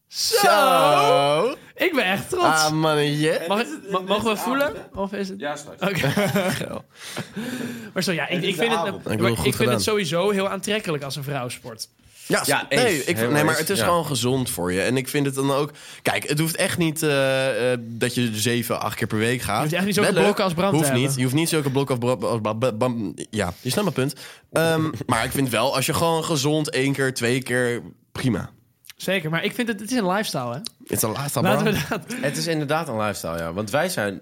Speaker 1: Zo!
Speaker 2: Oh.
Speaker 1: Ik ben echt trots.
Speaker 2: Ah, mannetje.
Speaker 1: Mag, ma- mogen we voelen? Of is het...
Speaker 3: Ja, straks. <laughs>
Speaker 1: Oké. maar zo, ja, ik, ik vind, het,
Speaker 3: avond.
Speaker 1: maar
Speaker 2: Ik wil
Speaker 1: ik
Speaker 2: goed
Speaker 1: vind
Speaker 2: gedaan.
Speaker 1: het sowieso heel aantrekkelijk als een vrouw sport.
Speaker 2: Ja,
Speaker 3: Ja, eens.
Speaker 2: nee, ik,
Speaker 3: Helemaal
Speaker 2: nee, maar
Speaker 3: eens.
Speaker 2: het is
Speaker 3: Ja.
Speaker 2: gewoon gezond voor je. En ik vind het dan ook... Kijk, het hoeft echt niet eh, eh, dat je zeven, acht keer per week gaat.
Speaker 1: hoeft echt niet zulke
Speaker 2: Wel leuk,
Speaker 1: blokken als Bram te
Speaker 2: hoeft niet.
Speaker 1: hebben.
Speaker 2: Je hoeft niet zulke blokken als... Bram- als Bram- Bram- Bram- ja, je snapt mijn punt. Ehm, <laughs> maar ik vind wel, als je gewoon gezond één keer, twee keer... Prima.
Speaker 1: Zeker, maar ik vind het, het is een lifestyle, hè?
Speaker 2: Het is de laatste
Speaker 1: Laten
Speaker 2: Bram.
Speaker 1: we dat...
Speaker 3: Nou, Het is inderdaad een lifestyle, ja. Want wij zijn,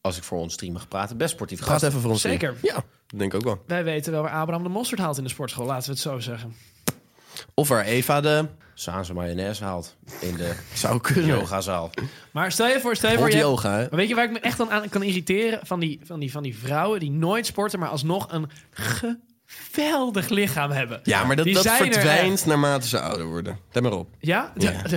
Speaker 3: als ik voor ons team mag praten, best sportief
Speaker 2: Gaat
Speaker 3: gasten.
Speaker 2: even voor ons
Speaker 1: Zeker.
Speaker 2: in. Ja, dat denk ik ook wel.
Speaker 1: Wij weten wel waar Abraham de mosterd haalt in de sportschool, laten we het zo zeggen.
Speaker 2: Of waar Eva de...
Speaker 3: Saanse mayonaise haalt in de
Speaker 2: <laughs> Zou kunnen.
Speaker 3: yogazaal.
Speaker 1: Maar stel je voor, stel je voor...
Speaker 2: Hot
Speaker 1: je hebt-
Speaker 2: yoga, hè?
Speaker 1: maar weet je waar ik me echt aan, aan kan irriteren? Van die, van, die, van die vrouwen die nooit sporten, maar alsnog een geweldig lichaam hebben.
Speaker 2: Ja, maar dat,
Speaker 1: Die
Speaker 2: dat
Speaker 1: zijn er
Speaker 2: verdwijnt naarmate ze ouder worden. Let maar op.
Speaker 1: Ja?
Speaker 2: Ja.
Speaker 1: De- de-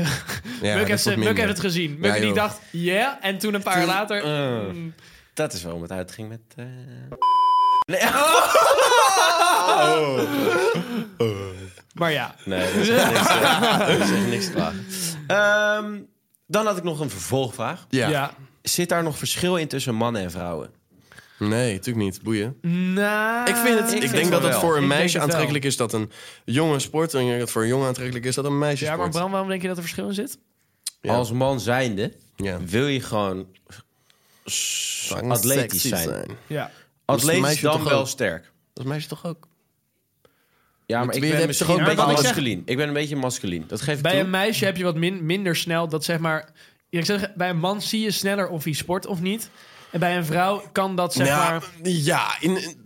Speaker 1: Muk,
Speaker 2: dat
Speaker 1: heeft, ze-
Speaker 2: wordt
Speaker 1: Muk
Speaker 2: minder.
Speaker 1: heeft het gezien. Muk
Speaker 2: Ja,
Speaker 1: die
Speaker 2: joh. Eh.
Speaker 1: dacht, yeah. En toen een paar jaar later... mm.
Speaker 3: Dat is waarom het uitging met... eh,
Speaker 1: Maar ja.
Speaker 3: Nee, dat is echt niks, eh, dat is echt niks te klagen. Ehm, dan had ik nog een vervolgvraag.
Speaker 1: Ja.
Speaker 3: Zit daar nog verschil in tussen mannen en vrouwen?
Speaker 2: Nee, natuurlijk niet. Boeien.
Speaker 1: Nou,
Speaker 2: ik vind het, ik,
Speaker 3: vind
Speaker 2: denk
Speaker 3: het
Speaker 2: dat het
Speaker 3: wel.
Speaker 1: Ik
Speaker 2: voor een
Speaker 1: denk
Speaker 2: meisje
Speaker 1: het wel.
Speaker 2: aantrekkelijk is dat een jongen sport. En ik denk dat voor een jongen aantrekkelijk is dat een meisje
Speaker 1: Ja, maar
Speaker 2: sport.
Speaker 1: Bram, waarom denk je dat er verschil in zit?
Speaker 2: Ja.
Speaker 3: Als man zijnde
Speaker 2: Ja.
Speaker 3: wil je gewoon
Speaker 2: Bang
Speaker 3: atletisch
Speaker 2: sexy
Speaker 3: zijn.
Speaker 1: Ja.
Speaker 3: atletisch
Speaker 2: meisje
Speaker 3: dan
Speaker 2: toch
Speaker 3: wel
Speaker 2: ook?
Speaker 3: sterk.
Speaker 2: Dat is meisje toch ook?
Speaker 3: Ja, maar
Speaker 2: Want
Speaker 3: ik
Speaker 2: je
Speaker 3: ben
Speaker 2: hebt
Speaker 3: misschien
Speaker 2: gewoon
Speaker 3: een beetje
Speaker 1: wat ik zeg-
Speaker 3: masculien. Ik ben een beetje masculien. Dat geef ik
Speaker 1: Bij
Speaker 3: toe.
Speaker 1: een meisje heb je wat min, minder snel dat zeg maar... Ik zeg, bij een man zie je sneller of hij sport of niet. En bij een vrouw kan dat zeg
Speaker 2: ja,
Speaker 1: maar...
Speaker 2: ja in, in-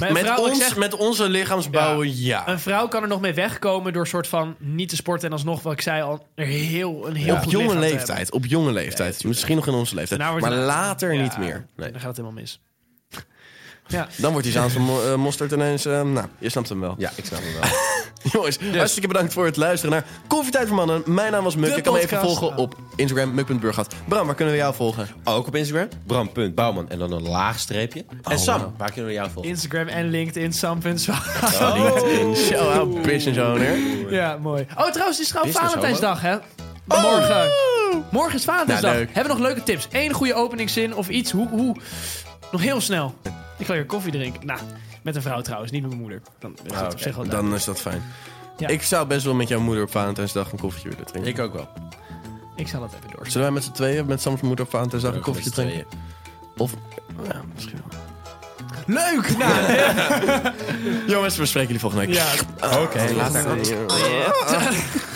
Speaker 1: Maar een
Speaker 2: Met,
Speaker 1: vrouw, ik
Speaker 2: ons,
Speaker 1: zeg,
Speaker 2: met onze lichaamsbouwen, ja.
Speaker 1: een vrouw kan er nog mee wegkomen door soort van niet te sporten. En alsnog, wat ik zei al, een heel, een heel
Speaker 2: Op
Speaker 1: goed
Speaker 2: jonge
Speaker 1: lichaam te
Speaker 2: leeftijd.
Speaker 1: hebben.
Speaker 2: Op jonge leeftijd. Misschien nog in onze leeftijd.
Speaker 1: Nou wordt
Speaker 2: maar
Speaker 1: het-
Speaker 2: later
Speaker 1: Ja.
Speaker 2: niet meer. Nee.
Speaker 1: Dan gaat het helemaal mis. <laughs> Ja.
Speaker 2: Dan wordt die Zaanse mo- eh, mosterd ineens... eh, nou, je snapt hem wel.
Speaker 3: Ja, ik snap het wel.
Speaker 2: <laughs> Jongens, hartstikke bedankt voor het luisteren naar Koffietijd voor Mannen. Mijn naam was Muk.
Speaker 1: Dus. De
Speaker 2: Je kan me even
Speaker 1: podcast.
Speaker 2: volgen op Instagram, muk.burghat. Bram, waar kunnen we jou volgen?
Speaker 3: Ook op Instagram. Bram.bouwman en dan een laagstreepje. en Sam, waar kunnen we jou volgen?
Speaker 1: Instagram en LinkedIn, Sam vindt zwaar. <laughs>
Speaker 2: Shout out, business owner.
Speaker 1: Ja, mooi. Oh, trouwens, het is trouwens
Speaker 2: Business Oh!
Speaker 1: Valentijnsdag, hè? Morgen. Morgen is Valentijnsdag.
Speaker 2: Nou, leuk.
Speaker 1: Hebben we nog leuke tips? Eén goede openingszin of iets? Hoe, hoe? Nog heel snel. Ik wil weer koffie drinken. Nou, met een vrouw trouwens, niet met mijn moeder. Dan is dat op zich wel
Speaker 2: Ah, Dan is dat fijn.
Speaker 1: Ja.
Speaker 2: Ik zou best wel met jouw moeder op Valentijnsdag een koffietje willen drinken.
Speaker 3: Ik ook wel.
Speaker 1: duidelijk. Ik zal dat even door.
Speaker 2: Zullen wij met z'n tweeën, met Sam's moeder op Valentijnsdag een koffietje
Speaker 3: met z'n
Speaker 2: drinken? Of, ja, misschien wel.
Speaker 1: Leuk!
Speaker 2: <laughs>
Speaker 1: Nou, <laughs>
Speaker 2: Jongens, we spreken jullie volgende week.
Speaker 1: ja.
Speaker 2: Oké. Later.